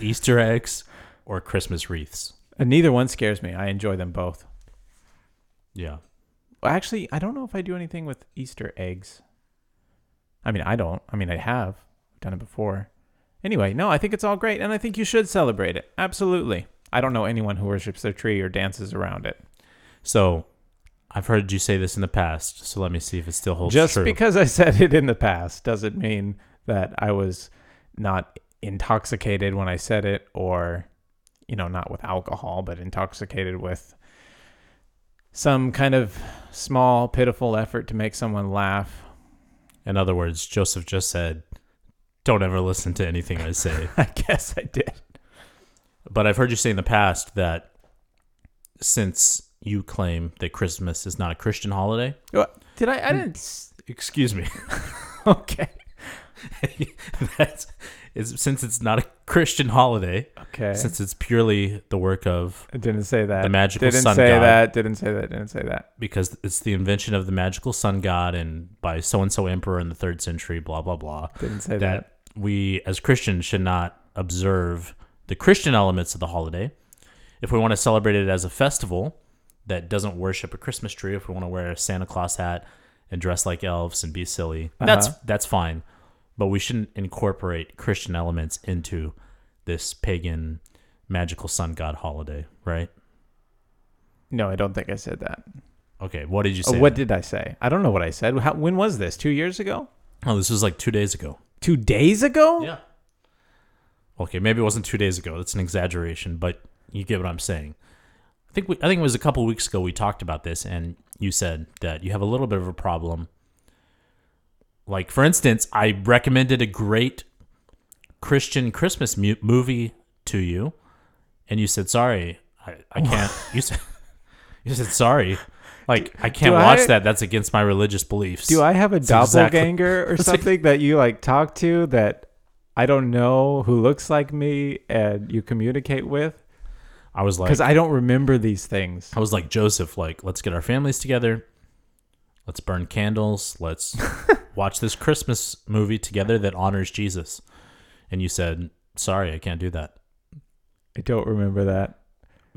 Speaker 2: Easter eggs or Christmas wreaths?
Speaker 1: And neither one scares me. I enjoy them both.
Speaker 2: Yeah.
Speaker 1: Actually, I don't know if I do anything with Easter eggs. I mean, I don't. I mean, I have I've done it before. Anyway, no, I think it's all great, and I think you should celebrate it. Absolutely. I don't know anyone who worships their tree or dances around it.
Speaker 2: So I've heard you say this in the past, so let me see if it still holds
Speaker 1: Just
Speaker 2: true.
Speaker 1: because I said it in the past doesn't mean that I was not intoxicated when I said it, or, you know, not with alcohol, but intoxicated with some kind of small, pitiful effort to make someone laugh.
Speaker 2: In other words, Joseph just said, "Don't ever listen to anything I say."
Speaker 1: I guess I did.
Speaker 2: but I've heard you say in the past that since you claim that Christmas is not a Christian holiday, Hmm.
Speaker 1: Well, Did I? I didn't. s-
Speaker 2: Excuse me.
Speaker 1: Okay.
Speaker 2: That's is since it's not a Christian holiday,
Speaker 1: Okay.
Speaker 2: since it's purely the work of
Speaker 1: I didn't say that.
Speaker 2: The magical
Speaker 1: didn't
Speaker 2: sun
Speaker 1: say
Speaker 2: god.
Speaker 1: that. Didn't say that. Didn't say that.
Speaker 2: because it's the invention of the magical sun god and by so and so emperor in the third century, blah blah blah.
Speaker 1: Didn't say that.
Speaker 2: that we as Christians should not observe the Christian elements of the holiday. If we want to celebrate it as a festival that doesn't worship a Christmas tree, if we want to wear a Santa Claus hat and dress like elves and be silly, that's
Speaker 1: Uh-huh.
Speaker 2: that's fine. But we shouldn't incorporate Christian elements into this pagan magical sun god holiday, right?
Speaker 1: No, I don't think I said that.
Speaker 2: Okay, what did you
Speaker 1: Oh,
Speaker 2: say?
Speaker 1: what did I say? I don't know what I said. How, when was this? Two years ago?
Speaker 2: oh, this was like two days ago.
Speaker 1: Two days ago?
Speaker 2: Yeah. Okay, maybe it wasn't two days ago. That's an exaggeration, but you get what I'm saying. I think we, I think it was a couple weeks ago we talked about this, and you said that you have a little bit of a problem. Like for instance, I recommended a great Christian Christmas mu- movie to you, and you said sorry, I, I can't. you said you said sorry, like I can't
Speaker 1: do
Speaker 2: watch
Speaker 1: I-
Speaker 2: that. That's against my religious beliefs.
Speaker 1: Do I have a
Speaker 2: That's exactly-
Speaker 1: doppelganger or something that you like talk to that I don't know who looks like me and you communicate with?
Speaker 2: I was like,
Speaker 1: Because I don't remember these things.
Speaker 2: I was like Joseph, like let's get our families together, let's burn candles, let's watch this Christmas movie together that honors Jesus. And you said, "Sorry, I can't do that."
Speaker 1: I don't remember that.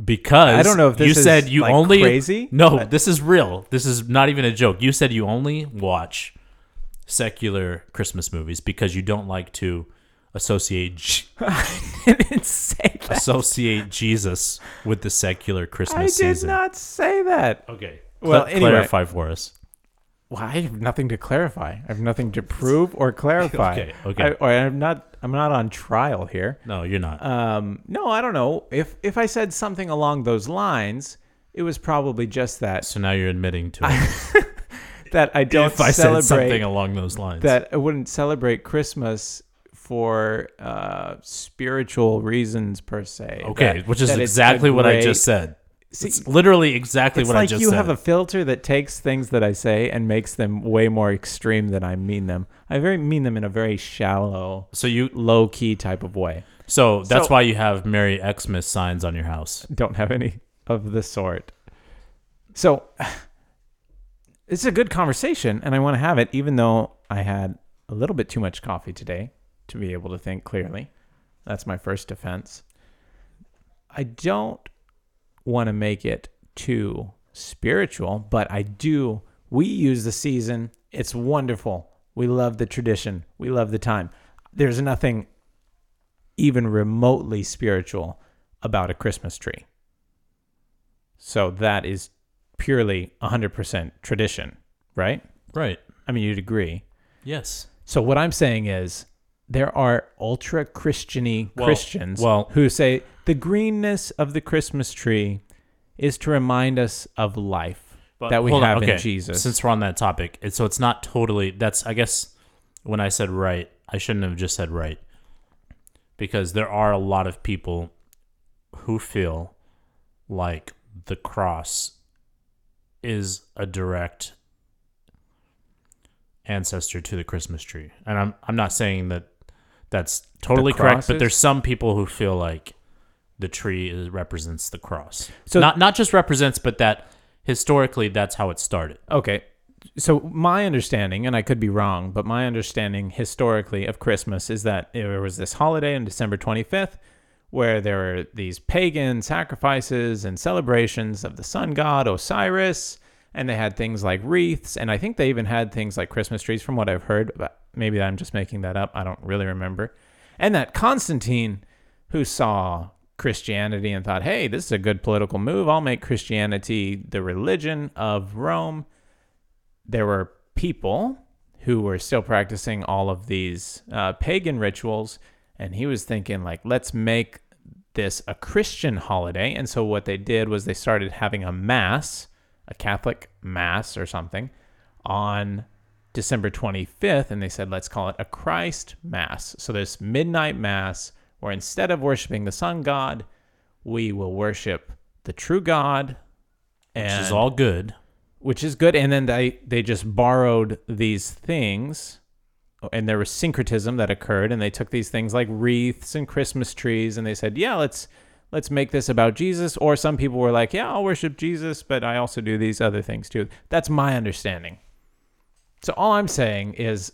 Speaker 2: Because
Speaker 1: I don't know if this
Speaker 2: you
Speaker 1: is,
Speaker 2: said you
Speaker 1: like,
Speaker 2: only
Speaker 1: crazy,
Speaker 2: No,
Speaker 1: but-
Speaker 2: this is real. This is not even a joke. You said you only watch secular Christmas movies because you don't like to associate
Speaker 1: I didn't say that.
Speaker 2: associate Jesus with the secular Christmas
Speaker 1: I did
Speaker 2: season.
Speaker 1: not say that.
Speaker 2: Okay.
Speaker 1: Well,
Speaker 2: Cla-
Speaker 1: anyway.
Speaker 2: clarify for us.
Speaker 1: Well, I have nothing to clarify. I have nothing to prove or clarify.
Speaker 2: Okay, okay.
Speaker 1: I, or I'm not. I'm not on trial here.
Speaker 2: No, you're not.
Speaker 1: Um, no, I don't know. If if I said something along those lines, it was probably just that
Speaker 2: so now you're admitting to it.
Speaker 1: that I don't
Speaker 2: if I
Speaker 1: celebrate
Speaker 2: said something along those lines.
Speaker 1: that I wouldn't celebrate Christmas for uh, spiritual reasons per se.
Speaker 2: okay,
Speaker 1: That-
Speaker 2: which is
Speaker 1: that it's a
Speaker 2: exactly what I
Speaker 1: great-
Speaker 2: just said.
Speaker 1: See,
Speaker 2: it's literally exactly
Speaker 1: It's
Speaker 2: what
Speaker 1: like
Speaker 2: I just
Speaker 1: you
Speaker 2: said.
Speaker 1: have a filter that takes things that I say and makes them way more extreme than I mean them. I very mean them in a very shallow,
Speaker 2: so you
Speaker 1: low key type of way.
Speaker 2: so that's
Speaker 1: So-
Speaker 2: why you have Merry Xmas signs on your house.
Speaker 1: Don't have any of the sort. So it's a good conversation, and I want to have it, even though I had a little bit too much coffee today to be able to think clearly. That's my first defense. I don't want to make it too spiritual, but I do. We use the season. It's wonderful. We love the tradition. We love the time. There's nothing even remotely spiritual about a Christmas tree. So that is purely 100% tradition, right?
Speaker 2: Right.
Speaker 1: I mean, you'd agree.
Speaker 2: Yes.
Speaker 1: So what I'm saying is there are ultra Christiany
Speaker 2: Well-
Speaker 1: Christians
Speaker 2: well-
Speaker 1: who say the greenness of the Christmas tree is to remind us of life that we
Speaker 2: hold on,
Speaker 1: have in
Speaker 2: okay,
Speaker 1: Jesus.
Speaker 2: Since we're on that topic, it, so it's not totally. That's I guess when I said right, I shouldn't have just said right, because there are a lot of people who feel like the cross is a direct ancestor to the Christmas tree, and I'm I'm not saying that that's totally correct,
Speaker 1: cross
Speaker 2: but
Speaker 1: is?
Speaker 2: there's some people who feel like the tree is, represents the cross.
Speaker 1: So-
Speaker 2: So not not just represents, but that historically that's how it started.
Speaker 1: okay. So my understanding, and I could be wrong, but my understanding historically of Christmas is that there was this holiday on December 25th where there were these pagan sacrifices and celebrations of the sun god Osiris, and they had things like wreaths, and I think they even had things like Christmas trees, from what I've heard. But maybe I'm just making that up. I don't really remember. And that Constantine, who saw Christianity and thought, "Hey, this is a good political move. I'll make Christianity the religion of Rome." there were people who were still practicing all of these uh, pagan rituals and he was thinking like let's make this a christian holiday and so what they did was they started having a mass a catholic mass or something on december 25th and they said let's call it a christ mass so this midnight mass where instead of worshiping the sun god we will worship the true god and
Speaker 2: Which is all good.
Speaker 1: which is good. And then they they just borrowed these things, and there was syncretism that occurred, and they took these things like wreaths and Christmas trees, and they said, yeah, let's let's make this about Jesus. Or some people were like, yeah, I'll worship Jesus, but I also do these other things too. That's my understanding. So all I'm saying is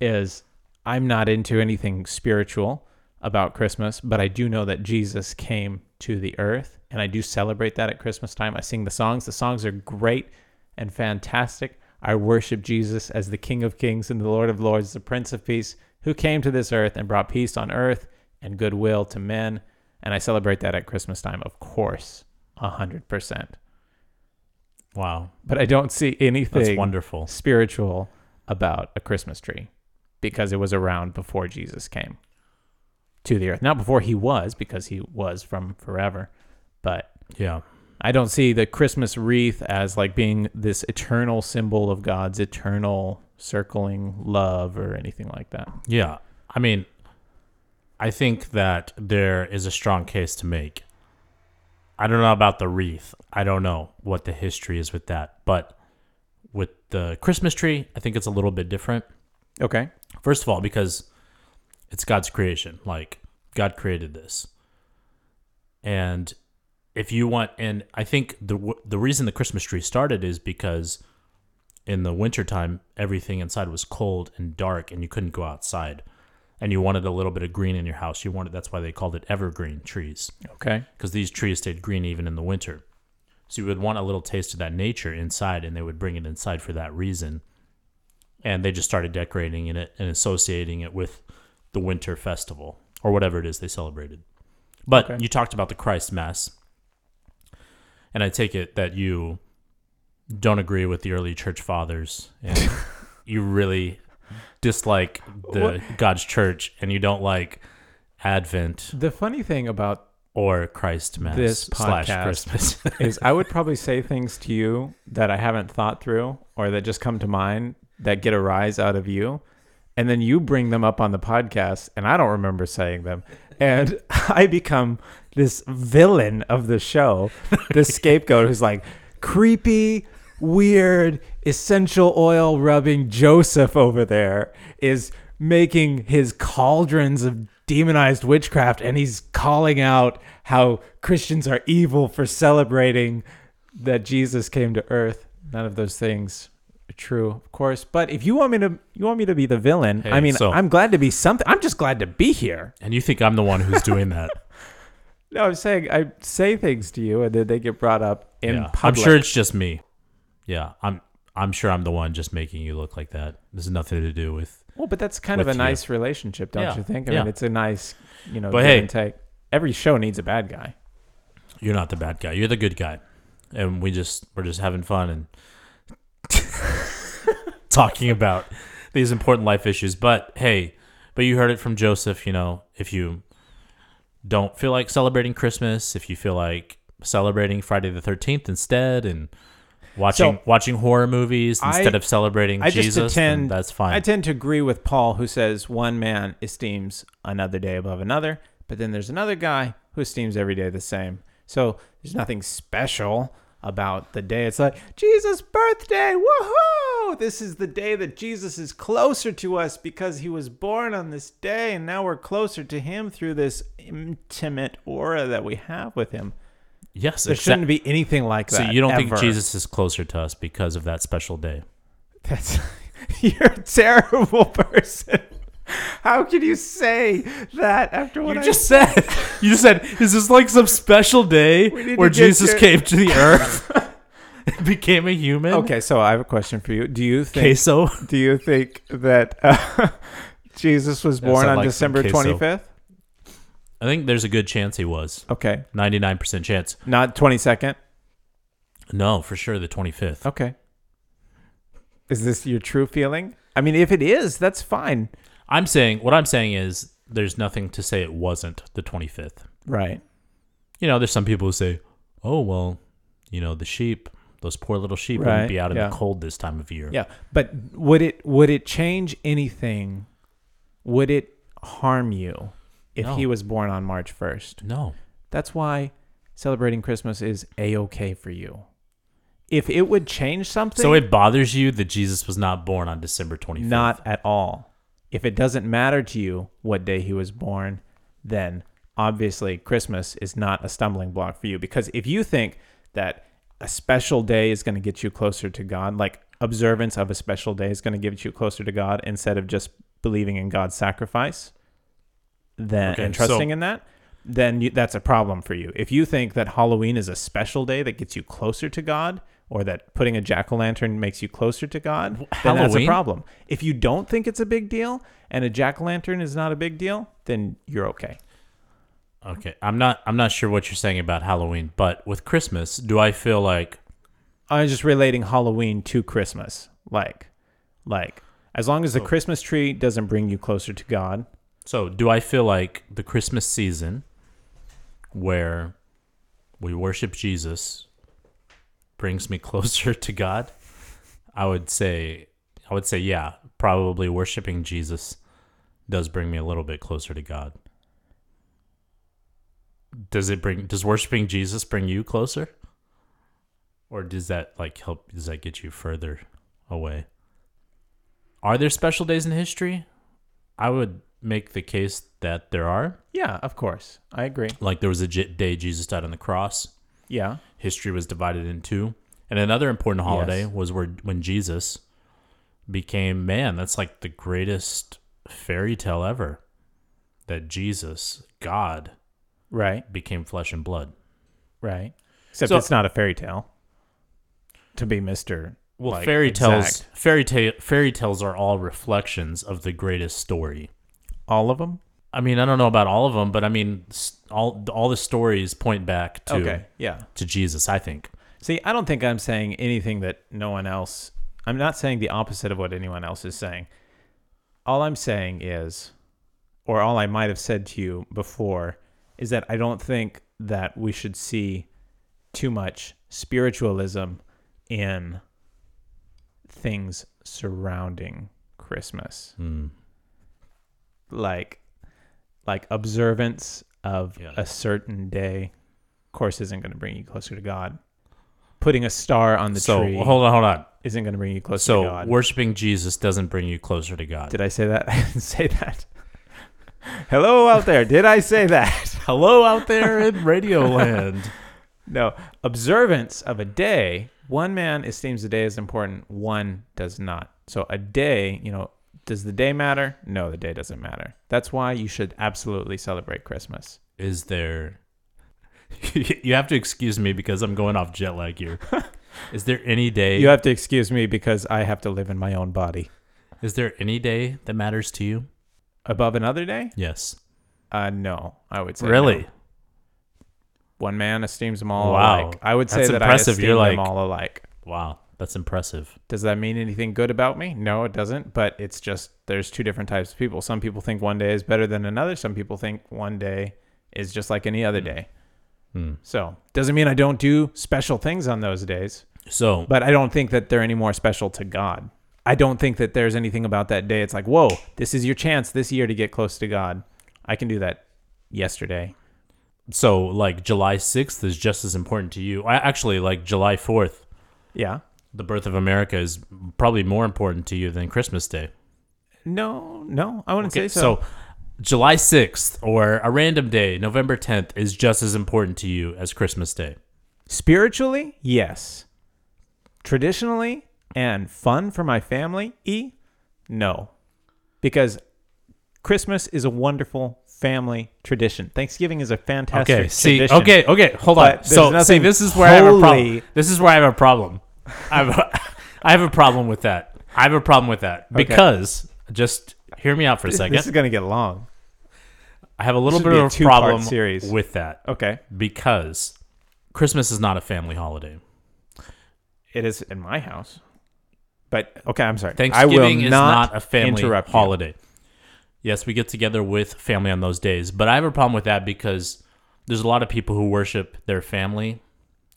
Speaker 1: is I'm not into anything spiritual about Christmas, but I do know that Jesus came to the earth, and I do celebrate that at Christmas time. I sing the songs. The songs are great and fantastic. I worship Jesus as the King of Kings and the Lord of Lords, the Prince of Peace, who came to this earth and brought peace on earth and goodwill to men. And I celebrate that at Christmas time, of course, 100%.
Speaker 2: Wow,
Speaker 1: But I don't see
Speaker 2: that's
Speaker 1: anything
Speaker 2: wonderful.
Speaker 1: spiritual about a Christmas tree because it was around before Jesus came to the earth. Not before he was, because he was from forever, but
Speaker 2: Yeah,
Speaker 1: I don't see the Christmas wreath as like being this eternal symbol of God's eternal circling love or anything like that.
Speaker 2: yeah. I mean, I think that there is a strong case to make. I don't know about the wreath. I don't know what the history is with that, but with the Christmas tree, I think it's a little bit different.
Speaker 1: Okay.
Speaker 2: First of all, because it's God's creation. Like, God created this. And if you want, and I think the, w- the reason the Christmas tree started is because in the wintertime, everything inside was cold and dark and you couldn't go outside. And you wanted a little bit of green in your house. You wanted, that's why they called it evergreen trees
Speaker 1: Okay.
Speaker 2: because these trees stayed green even in the winter. So you would want a little taste of that nature inside, and they would bring it inside for that reason. And they just started decorating in it and associating it with the winter festival or whatever it is they celebrated. But
Speaker 1: Okay.
Speaker 2: you talked about the Christ Mass, and I take it that you don't agree with the early church fathers, and you really dislike the God's church, and you don't like Advent
Speaker 1: The funny thing about
Speaker 2: or Christ Mass
Speaker 1: This
Speaker 2: slash
Speaker 1: podcast.
Speaker 2: Christmas.
Speaker 1: is I would probably say things to you that I haven't thought through or that just come to mind that get a rise out of you. And then you bring them up on the podcast, and I don't remember saying them. And I become this villain of the show, this scapegoat who's like creepy, weird, essential oil rubbing Joseph over there is making his cauldrons of demonized witchcraft, and he's calling out how Christians are evil for celebrating that Jesus came to earth. None of those things are true, of course. But if you want me to, you want me to be the villain. I
Speaker 2: Hey,
Speaker 1: mean,
Speaker 2: so-
Speaker 1: I'm glad to be something. I'm just glad to be here.
Speaker 2: and you think I'm the one who's doing that?
Speaker 1: No, I'm saying I say things to you, and then they get brought up in
Speaker 2: yeah. I'm
Speaker 1: public.
Speaker 2: sure it's just me. Yeah, I'm. I'm sure I'm the one just making you look like that. This is nothing to do with.
Speaker 1: Well, but that's kind of a
Speaker 2: with you.
Speaker 1: nice relationship, don't
Speaker 2: Yeah,
Speaker 1: you think? I
Speaker 2: yeah.
Speaker 1: mean, it's a nice, you know,
Speaker 2: But
Speaker 1: give
Speaker 2: hey-
Speaker 1: and take. Every show needs a bad guy.
Speaker 2: You're not the bad guy. You're the good guy, and we just we're just having fun and talking about these important life issues. But hey, but you heard it from Joseph. You know, if you don't feel like celebrating Christmas, if you feel like celebrating Friday the Thirteenth instead, and watching watching horror movies
Speaker 1: I-
Speaker 2: instead of celebrating
Speaker 1: I
Speaker 2: Jesus,
Speaker 1: just attend.
Speaker 2: then that's fine.
Speaker 1: I tend to agree with Paul, who says one man esteems another day above another, but then there's another guy who esteems every day the same. So there's nothing special about the day. It's like Jesus' birthday, woohoo! This is the day that Jesus is closer to us because he was born on this day, and now we're closer to him through this intimate aura that we have with him.
Speaker 2: yes,
Speaker 1: There
Speaker 2: exa-
Speaker 1: shouldn't be anything like
Speaker 2: So
Speaker 1: that.
Speaker 2: you don't
Speaker 1: ever.
Speaker 2: think Jesus is closer to us because of that special day?
Speaker 1: That's you're a terrible person. How can you say that after what I
Speaker 2: said. You just said, "Is this like some special day
Speaker 1: We need to
Speaker 2: where
Speaker 1: get
Speaker 2: Jesus
Speaker 1: your-
Speaker 2: came to the earth, and became a human?"
Speaker 1: Okay, so I have a question for you. Do you think
Speaker 2: queso.
Speaker 1: do you think that uh, Jesus was born
Speaker 2: sound
Speaker 1: on
Speaker 2: like some
Speaker 1: December
Speaker 2: queso.
Speaker 1: 25th?
Speaker 2: I think there's a good chance he was
Speaker 1: Okay.
Speaker 2: 99 percent chance.
Speaker 1: Not 22nd.
Speaker 2: No, for sure the 25th.
Speaker 1: Okay. Is this your true feeling? I mean, if it is, that's fine.
Speaker 2: I'm saying what I'm saying is there's nothing to say it wasn't the 25th.
Speaker 1: Right.
Speaker 2: You know, there's some people who say, "Oh well, you know the sheep." Those poor little sheep
Speaker 1: Right,
Speaker 2: wouldn't be out in
Speaker 1: yeah.
Speaker 2: the cold this time of year.
Speaker 1: Yeah, but would it would it change anything? Would it harm you if
Speaker 2: No.
Speaker 1: he was born on March 1st?
Speaker 2: No.
Speaker 1: That's why celebrating Christmas is a okay for you. if it would change something,
Speaker 2: So it bothers you that Jesus was not born on December 25th.
Speaker 1: not at all. If it doesn't matter to you what day he was born, then obviously Christmas is not a stumbling block for you. Because if you think that a special day is going to get you closer to God, like observance of a special day is going to get you closer to God instead of just believing in God's sacrifice, then
Speaker 2: Okay,
Speaker 1: and trusting
Speaker 2: so-
Speaker 1: in that, then you, that's a problem for you. If you think that Halloween is a special day that gets you closer to God, or that putting a jack o' lantern makes you closer to God, then that's a
Speaker 2: Halloween?
Speaker 1: problem. If you don't think it's a big deal and a jack o' lantern is not a big deal, then you're okay.
Speaker 2: Okay, I'm not I'm not sure what you're saying about Halloween, but with Christmas, do I feel like
Speaker 1: I'm just relating Halloween to Christmas. Like, like as long
Speaker 2: Oh.
Speaker 1: as the Christmas tree doesn't bring you closer to God,
Speaker 2: so do I feel like the Christmas season where we worship Jesus brings me closer to God? I would say I would say yeah, probably worshiping Jesus does bring me a little bit closer to God. Does it bring does worshiping Jesus bring you closer? Or does that like help does that get you further away? Are there special days in history? I would make the case that there are.
Speaker 1: yeah, of course, I agree.
Speaker 2: Like there was a j- day Jesus died on the cross.
Speaker 1: Yeah,
Speaker 2: History was divided in two. And another important holiday
Speaker 1: Yes.
Speaker 2: was where when Jesus became man. That's like the greatest fairy tale ever. That Jesus, God,
Speaker 1: right,
Speaker 2: became flesh and blood.
Speaker 1: right. Except
Speaker 2: So-
Speaker 1: it's not a fairy tale. To be Mister,
Speaker 2: Well,
Speaker 1: like,
Speaker 2: fairy tales,
Speaker 1: exact.
Speaker 2: fairy tale, fairy tales are all reflections of the greatest story.
Speaker 1: all of them.
Speaker 2: I mean, I don't know about all of them, but I mean, s- all all the stories point back to
Speaker 1: Okay, yeah.
Speaker 2: to Jesus. I think.
Speaker 1: See, I don't think I'm saying anything that no one else. I'm not saying the opposite of what anyone else is saying. All I'm saying is, or all I might have said to you before, is that I don't think that we should see too much spiritualism in things surrounding Christmas. Like, like observance of
Speaker 2: Yeah.
Speaker 1: a certain day, of course, isn't going to bring you closer to God putting a star on the
Speaker 2: so
Speaker 1: tree
Speaker 2: hold on, hold on.
Speaker 1: isn't going to bring you closer to
Speaker 2: So
Speaker 1: God.
Speaker 2: worshiping Jesus doesn't bring you closer to God.
Speaker 1: did I say that? I didn't say that. Hello out there. Did I say that?
Speaker 2: Hello out there in Radioland.
Speaker 1: No. Observance of a day. One man esteems the day as important. One does not. So a day, you know, does the day matter? No, the day doesn't matter. That's why you should absolutely celebrate Christmas.
Speaker 2: Is there? you have to excuse me because I'm going off jet lag here. Is there any day?
Speaker 1: You have to excuse me because I have to live in my own body.
Speaker 2: Is there any day that matters to you?
Speaker 1: Above another day?
Speaker 2: Yes.
Speaker 1: Uh, no, I would say no.
Speaker 2: Really?
Speaker 1: One man esteems them all
Speaker 2: Wow.
Speaker 1: alike. I would say
Speaker 2: That's
Speaker 1: that I
Speaker 2: impressive.
Speaker 1: esteem
Speaker 2: You're
Speaker 1: them
Speaker 2: like-
Speaker 1: all alike.
Speaker 2: Wow, that's impressive.
Speaker 1: Does that mean anything good about me? No, it doesn't. But it's just there's two different types of people. Some people think one day is better than another. Some people think one day is just like any other day.
Speaker 2: Hmm.
Speaker 1: So doesn't mean I don't do special things on those days,
Speaker 2: So
Speaker 1: but I don't think that they're any more special to God. I don't think that there's anything about that day. It's like, whoa, this is your chance this year to get close to God. I can do that yesterday.
Speaker 2: so like July 6th is just as important to you. I actually like July 4th,
Speaker 1: Yeah.
Speaker 2: the birth of America is probably more important to you than Christmas Day.
Speaker 1: No, no, I wouldn't
Speaker 2: Okay,
Speaker 1: say
Speaker 2: so July 6th or a random day, November 10th is just as important to you as Christmas Day.
Speaker 1: Spiritually, yes. Traditionally and fun for my family, e, no. Because Christmas is a wonderful family tradition. Thanksgiving is a fantastic
Speaker 2: Okay, see,
Speaker 1: tradition.
Speaker 2: okay, okay, hold
Speaker 1: But
Speaker 2: on.
Speaker 1: there's
Speaker 2: So, see,
Speaker 1: nothing
Speaker 2: this is where I have a problem.
Speaker 1: holy-
Speaker 2: This is where I have a problem. I have a, I have a problem with that. I have a problem with that because just hear me out for a second.
Speaker 1: This is going to get long.
Speaker 2: I have a little
Speaker 1: this would
Speaker 2: bit
Speaker 1: be a
Speaker 2: of a
Speaker 1: two-part
Speaker 2: problem
Speaker 1: series.
Speaker 2: with that
Speaker 1: Okay.
Speaker 2: because Christmas is not a family holiday.
Speaker 1: It is in my house. But okay, I'm sorry.
Speaker 2: Thanksgiving
Speaker 1: I will
Speaker 2: is
Speaker 1: not,
Speaker 2: not a family
Speaker 1: interrupt you.
Speaker 2: holiday. Yes, we get together with family on those days, but I have a problem with that because there's a lot of people who worship their family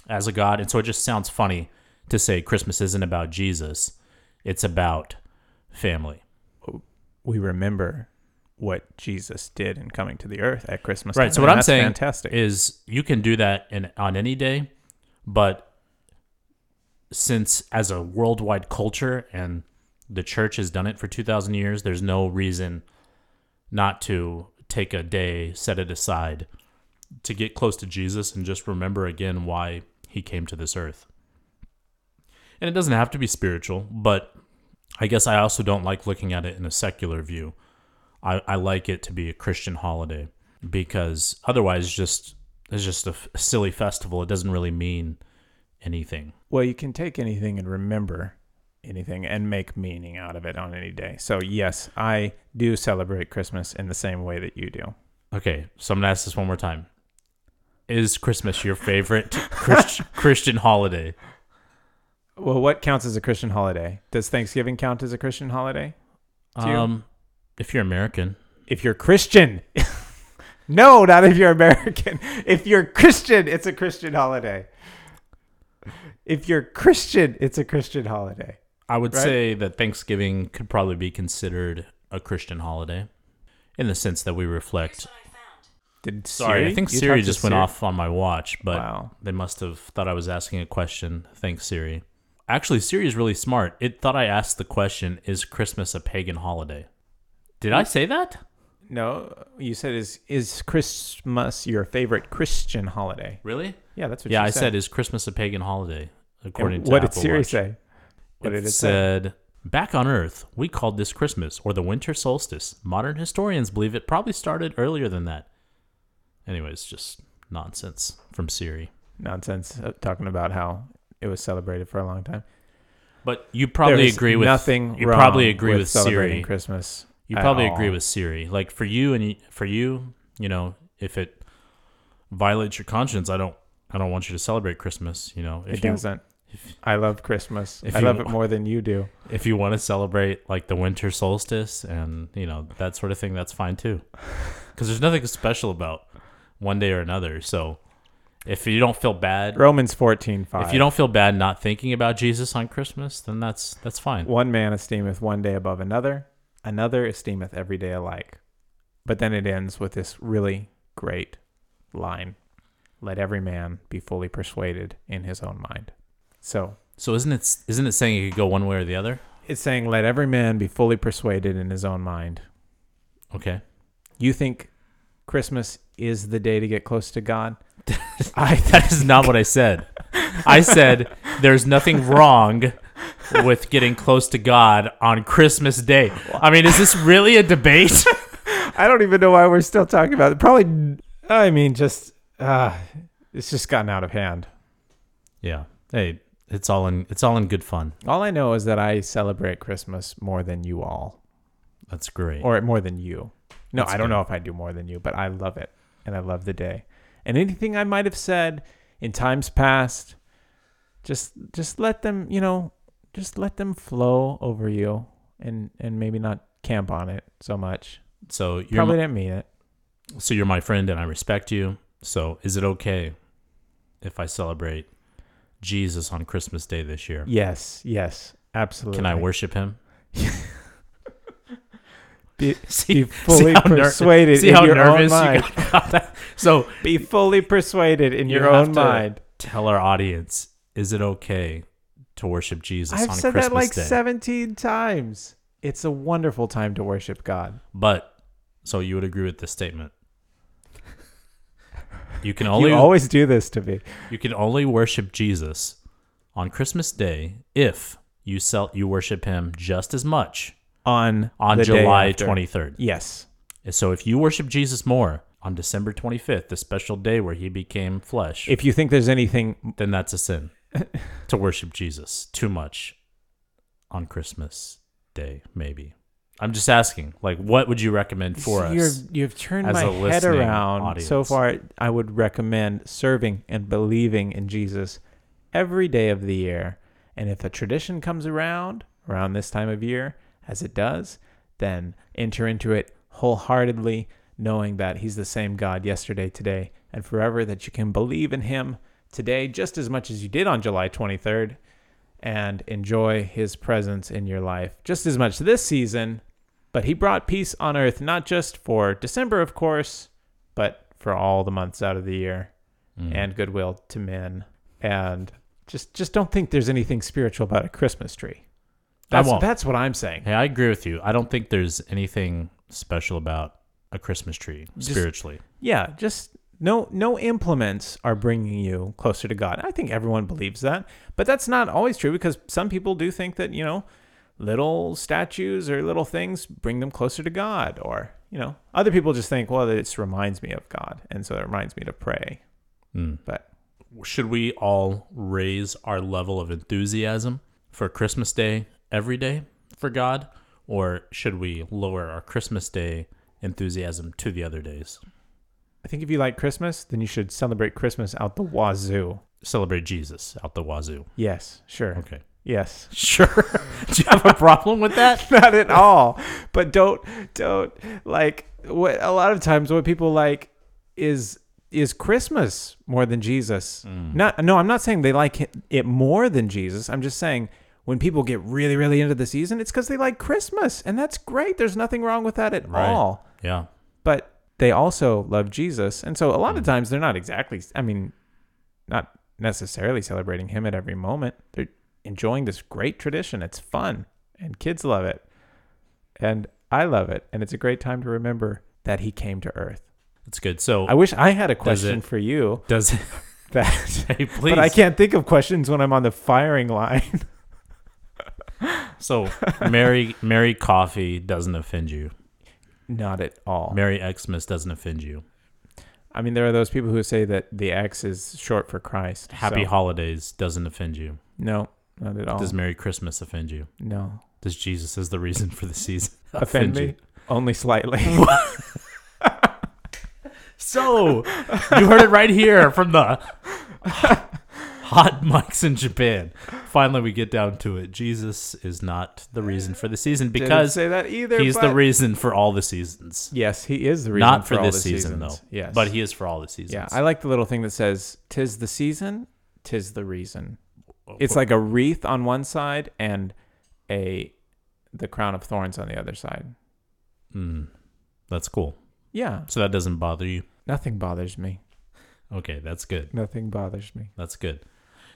Speaker 2: as a god, and so it just sounds funny to say Christmas isn't about Jesus; it's about family.
Speaker 1: We remember what Jesus did in coming to the earth at Christmas.
Speaker 2: Right.
Speaker 1: time,
Speaker 2: So what
Speaker 1: and
Speaker 2: I'm
Speaker 1: that's
Speaker 2: saying
Speaker 1: fantastic.
Speaker 2: is you can do that in on any day, but since as a worldwide culture and the church has done it for 2000 years there's no reason not to take a day set it aside to get close to jesus and just remember again why he came to this earth and it doesn't have to be spiritual but i guess i also don't like looking at it in a secular view i, I like it to be a christian holiday because otherwise just it's just a f- silly festival it doesn't really mean anything
Speaker 1: Well, you can take anything and remember anything and make meaning out of it on any day. So, yes, I do celebrate Christmas in the same way that you do.
Speaker 2: Okay, so I'm gonna ask this one more time: Is Christmas your favorite Christ- Christian holiday?
Speaker 1: Well, what counts as a Christian holiday? Does Thanksgiving count as a Christian holiday? To you?
Speaker 2: Um, if you're American,
Speaker 1: If you're Christian. no, not if you're American. If you're Christian, it's a Christian holiday. If you're Christian, it's a Christian holiday.
Speaker 2: I would
Speaker 1: Right.
Speaker 2: say that Thanksgiving could probably be considered a Christian holiday, in the sense that we reflect.
Speaker 1: Did
Speaker 2: Sorry,
Speaker 1: Siri?
Speaker 2: I think
Speaker 1: you
Speaker 2: Siri
Speaker 1: talked to
Speaker 2: just went
Speaker 1: Siri?
Speaker 2: off on my watch, but
Speaker 1: Wow.
Speaker 2: they must have thought I was asking a question. Thanks, Siri. Actually, Siri is really smart. It thought I asked the question: Is Christmas a pagan holiday? Did I say that?
Speaker 1: No, you said is is Christmas your favorite Christian holiday?
Speaker 2: Really?
Speaker 1: Yeah, that's what.
Speaker 2: yeah,
Speaker 1: you
Speaker 2: I said, is Christmas a pagan holiday? According
Speaker 1: And
Speaker 2: to
Speaker 1: what did
Speaker 2: Apple
Speaker 1: Siri
Speaker 2: Watch. uh,
Speaker 1: say? What
Speaker 2: it,
Speaker 1: did it say?
Speaker 2: said, back on Earth, we called this Christmas or the winter solstice. Modern historians believe it probably started earlier than that. Anyways, just nonsense from Siri.
Speaker 1: Nonsense. Uh, talking about how it was celebrated for a long time.
Speaker 2: But you probably
Speaker 1: There's
Speaker 2: agree with
Speaker 1: nothing.
Speaker 2: You
Speaker 1: wrong
Speaker 2: probably agree with,
Speaker 1: celebrating
Speaker 2: Siri.
Speaker 1: Christmas.
Speaker 2: you
Speaker 1: at
Speaker 2: probably
Speaker 1: all.
Speaker 2: agree with Siri. Like for you and y- for you, you know, if it violates your conscience, I don't. I don't want you to celebrate Christmas. You know, if
Speaker 1: it
Speaker 2: you
Speaker 1: doesn't. I love Christmas.
Speaker 2: if
Speaker 1: I
Speaker 2: you-
Speaker 1: love it more than you do.
Speaker 2: if you want to celebrate like the winter solstice and you know that sort of thing that's fine too because there's nothing special about one day or another so if you don't feel bad
Speaker 1: Romans fourteen five.
Speaker 2: if you don't feel bad not thinking about jesus on christmas then that's that's fine
Speaker 1: one man esteemeth one day above another, another esteemeth every day alike. But then it ends with this really great line Let every man be fully persuaded in his own mind. So
Speaker 2: so isn't it isn't it saying it could go one way or the other
Speaker 1: it's saying, Let every man be fully persuaded in his own mind.
Speaker 2: okay
Speaker 1: You think Christmas is the day to get close to God?
Speaker 2: i that is not what i said i said there's nothing wrong with getting close to god on christmas day i mean is this really a debate
Speaker 1: I don't even know why we're still talking about it. Probably, I mean, just, uh, it's just gotten out of hand.
Speaker 2: Yeah. Hey, it's all in it's all in good fun.
Speaker 1: All I know is that I celebrate Christmas more than you all.
Speaker 2: That's great.
Speaker 1: or more than you. No,
Speaker 2: That's
Speaker 1: I don't
Speaker 2: good.
Speaker 1: know if I do more than you, but I love it and I love the day. And anything I might have said in times past, just just let them, you know, just let them flow over you and and maybe not camp on it so much.
Speaker 2: so you're
Speaker 1: Probably didn't mean it.
Speaker 2: my, so you're my friend and I respect you. So is it okay if I celebrate Jesus on Christmas Day this year?
Speaker 1: Yes, yes, absolutely.
Speaker 2: Can I worship him?
Speaker 1: Be, be
Speaker 2: See,
Speaker 1: fully
Speaker 2: how ner-
Speaker 1: persuaded
Speaker 2: see
Speaker 1: in
Speaker 2: how
Speaker 1: your own
Speaker 2: nervous you
Speaker 1: mind.
Speaker 2: got about that? So
Speaker 1: Be fully persuaded in
Speaker 2: You
Speaker 1: your
Speaker 2: have
Speaker 1: own
Speaker 2: to-
Speaker 1: mind.
Speaker 2: tell our audience, is it okay to worship Jesus
Speaker 1: I've
Speaker 2: on
Speaker 1: said
Speaker 2: Christmas
Speaker 1: that like
Speaker 2: Day?
Speaker 1: 17 times. It's a wonderful time to worship God.
Speaker 2: But so you would agree with this statement. You can only
Speaker 1: you always do this to me.
Speaker 2: You can only worship Jesus on Christmas Day if you sell you worship him just as much
Speaker 1: on
Speaker 2: on
Speaker 1: the day
Speaker 2: July
Speaker 1: after.
Speaker 2: 23rd.
Speaker 1: Yes,
Speaker 2: So if you worship Jesus more on December 25th, the special day where he became flesh,
Speaker 1: if you think there's anything,
Speaker 2: then that's a sin to worship Jesus too much on Christmas Day maybe. I'm just asking, like what would you recommend for us?
Speaker 1: you're, you've turned
Speaker 2: as
Speaker 1: my
Speaker 2: a
Speaker 1: head
Speaker 2: listening
Speaker 1: around so
Speaker 2: audience.
Speaker 1: far. I would recommend serving and believing in Jesus every day of the year. And if a tradition comes around around this time of year, as it does, then enter into it wholeheartedly, knowing that He's the same God yesterday, today, and forever. That you can believe in Him today just as much as you did on July 23rd. and enjoy his presence in your life just as much this season. But he brought peace on earth, not just for December, of course, but for all the months out of the year, and goodwill to men. And Just just don't think there's anything spiritual about a Christmas tree. That's,
Speaker 2: won't.
Speaker 1: That's what I'm saying.
Speaker 2: Hey, I agree with you. I don't think there's anything special about a Christmas tree spiritually.
Speaker 1: Yeah, just no no implements are bringing you closer to God. I think everyone believes that, but that's not always true because some people do think that you know little statues or little things bring them closer to God, or you know other people just think well this reminds me of God, and so it reminds me to pray. But
Speaker 2: Should we all raise our level of enthusiasm for Christmas Day every day for God? Or should we lower our Christmas Day enthusiasm to the other days?
Speaker 1: I think if you like Christmas, then you should celebrate Christmas out the wazoo.
Speaker 2: Celebrate Jesus out the wazoo.
Speaker 1: Yes, sure.
Speaker 2: Okay.
Speaker 1: Yes.
Speaker 2: Sure. Do you have a problem with that?
Speaker 1: not at all. But don't don't like what a lot of times what people like is is Christmas more than Jesus. Not no, I'm not saying they like it- it more than Jesus. I'm just saying when people get really really into the season, it's cuz they like Christmas and that's great. There's nothing wrong with that at
Speaker 2: Right.
Speaker 1: all.
Speaker 2: Yeah.
Speaker 1: But they also love Jesus. And so a lot of
Speaker 2: Mm.
Speaker 1: times they're not exactly I mean not necessarily celebrating him at every moment. They're enjoying this great tradition. It's fun, and kids love it. And I love it, and it's a great time to remember that he came to earth.
Speaker 2: That's good. So
Speaker 1: I wish I had a question
Speaker 2: it-
Speaker 1: for you
Speaker 2: does it
Speaker 1: that
Speaker 2: hey please
Speaker 1: but I can't think of questions when I'm on the firing line.
Speaker 2: so Mary Mary coffee doesn't offend you.
Speaker 1: not at all.
Speaker 2: Merry Xmas doesn't offend you.
Speaker 1: I mean, there are those people who say that the X is short for Christ.
Speaker 2: Happy
Speaker 1: so- Oh.
Speaker 2: holidays doesn't offend you.
Speaker 1: No, not at all.
Speaker 2: Does Merry Christmas offend you?
Speaker 1: no.
Speaker 2: Does Jesus as the reason for the season
Speaker 1: Offend me? Only slightly.
Speaker 2: So you heard it right here from the hot mics in Japan. Finally, we get down to it. Jesus is not the reason for the season
Speaker 1: Didn't
Speaker 2: because
Speaker 1: say that either.
Speaker 2: he's the
Speaker 1: but-
Speaker 2: reason for all the seasons.
Speaker 1: Yes, he is the reason.
Speaker 2: Not for,
Speaker 1: all
Speaker 2: this
Speaker 1: the
Speaker 2: season
Speaker 1: seasons.
Speaker 2: though.
Speaker 1: Yes,
Speaker 2: but he is for all the seasons.
Speaker 1: Yeah, I like the little thing that says "Tis the season, tis the reason." It's like a wreath on one side and a the crown of thorns on the other side.
Speaker 2: Mm, that's cool.
Speaker 1: Yeah,
Speaker 2: So that doesn't bother you.
Speaker 1: nothing bothers me.
Speaker 2: Okay, that's good.
Speaker 1: Nothing bothers me.
Speaker 2: That's good.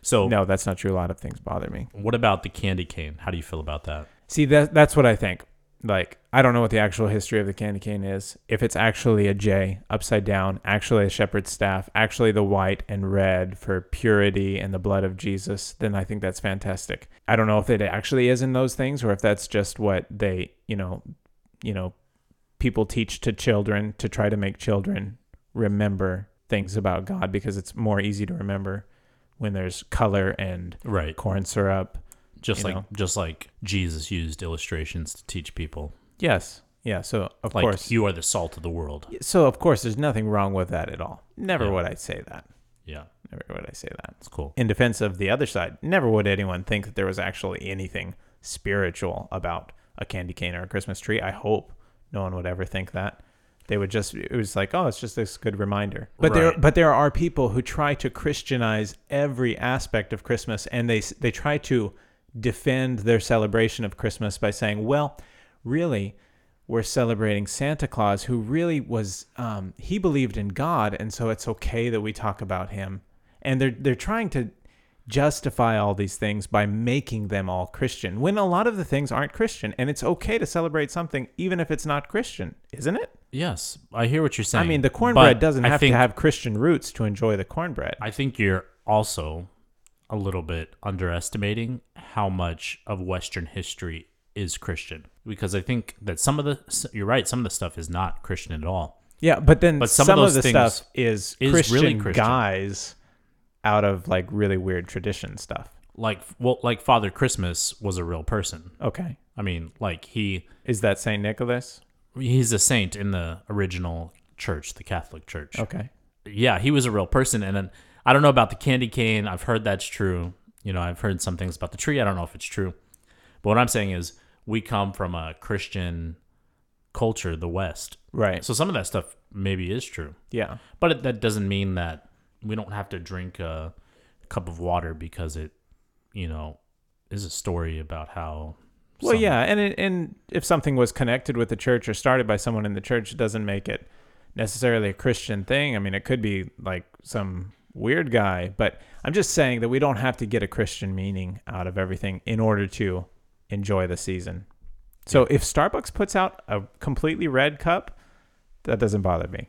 Speaker 2: So
Speaker 1: No, that's not true. A lot of things bother me.
Speaker 2: what about the candy cane? How do you feel about that?
Speaker 1: See, that that's what I think. Like, I don't know what the actual history of the candy cane is. If it's actually a J upside down, actually a shepherd's staff, actually the white and red for purity and the blood of Jesus, then I think that's fantastic. I don't know if it actually is in those things or if that's just what they, you know, you know, people teach to children to try to make children remember things about God because it's more easy to remember when there's color and
Speaker 2: Right.
Speaker 1: corn syrup
Speaker 2: Just
Speaker 1: you
Speaker 2: like
Speaker 1: know.
Speaker 2: just like Jesus used illustrations to teach people.
Speaker 1: Yes. Yeah. So of
Speaker 2: like
Speaker 1: course.
Speaker 2: you are the salt of the world.
Speaker 1: so of course, there's nothing wrong with that at all. Never
Speaker 2: Yeah.
Speaker 1: would I say that.
Speaker 2: Yeah.
Speaker 1: Never would I say that.
Speaker 2: It's cool.
Speaker 1: In defense of the other side, never would anyone think that there was actually anything spiritual about a candy cane or a Christmas tree. I hope no one would ever think that. They would just it was like, oh, it's just this good reminder. But there
Speaker 2: Right.
Speaker 1: but there are people who try to Christianize every aspect of Christmas and they s- they try to defend their celebration of Christmas by saying, well, really we're celebrating Santa Claus, who really was um, he believed in God, and so it's okay that we talk about him. And they're they're trying to justify all these things by making them all Christian, when a lot of the things aren't Christian, and it's okay to celebrate something even if it's not Christian, isn't it?
Speaker 2: Yes, I hear what you're saying.
Speaker 1: I mean, the cornbread
Speaker 2: but
Speaker 1: doesn't
Speaker 2: I
Speaker 1: have
Speaker 2: think-
Speaker 1: to have Christian roots to enjoy the cornbread.
Speaker 2: I think you're also a little bit underestimating how much of Western history is Christian because I think that some of the you're right, some of the stuff is not Christian at all.
Speaker 1: yeah, but then
Speaker 2: But
Speaker 1: some,
Speaker 2: some of
Speaker 1: of,
Speaker 2: those
Speaker 1: the
Speaker 2: things
Speaker 1: stuff is,
Speaker 2: is
Speaker 1: Christian,
Speaker 2: really Christian.
Speaker 1: guys out of like really weird tradition stuff.
Speaker 2: Like well, like Father Christmas was a real person.
Speaker 1: Okay,
Speaker 2: I mean, like he
Speaker 1: is that Saint Nicholas?
Speaker 2: he's a saint in the original church, the Catholic Church.
Speaker 1: Okay.
Speaker 2: yeah, he was a real person. And then I don't know about the candy cane. I've heard that's true. You know, I've heard some things about the tree. I don't know if it's true. But what I'm saying is, we come from a Christian culture, the West.
Speaker 1: Right.
Speaker 2: So some of that stuff maybe is true.
Speaker 1: Yeah.
Speaker 2: But it, that doesn't mean that we don't have to drink a cup of water because it, you know, is a story about how.
Speaker 1: Well,
Speaker 2: some-
Speaker 1: yeah, and it, and if something was connected with the church or started by someone in the church, it doesn't make it necessarily a Christian thing. I mean, it could be like some weird guy. But I'm just saying that we don't have to get a Christian meaning out of everything in order to enjoy the season. So if Starbucks puts out a completely red cup, that doesn't bother me.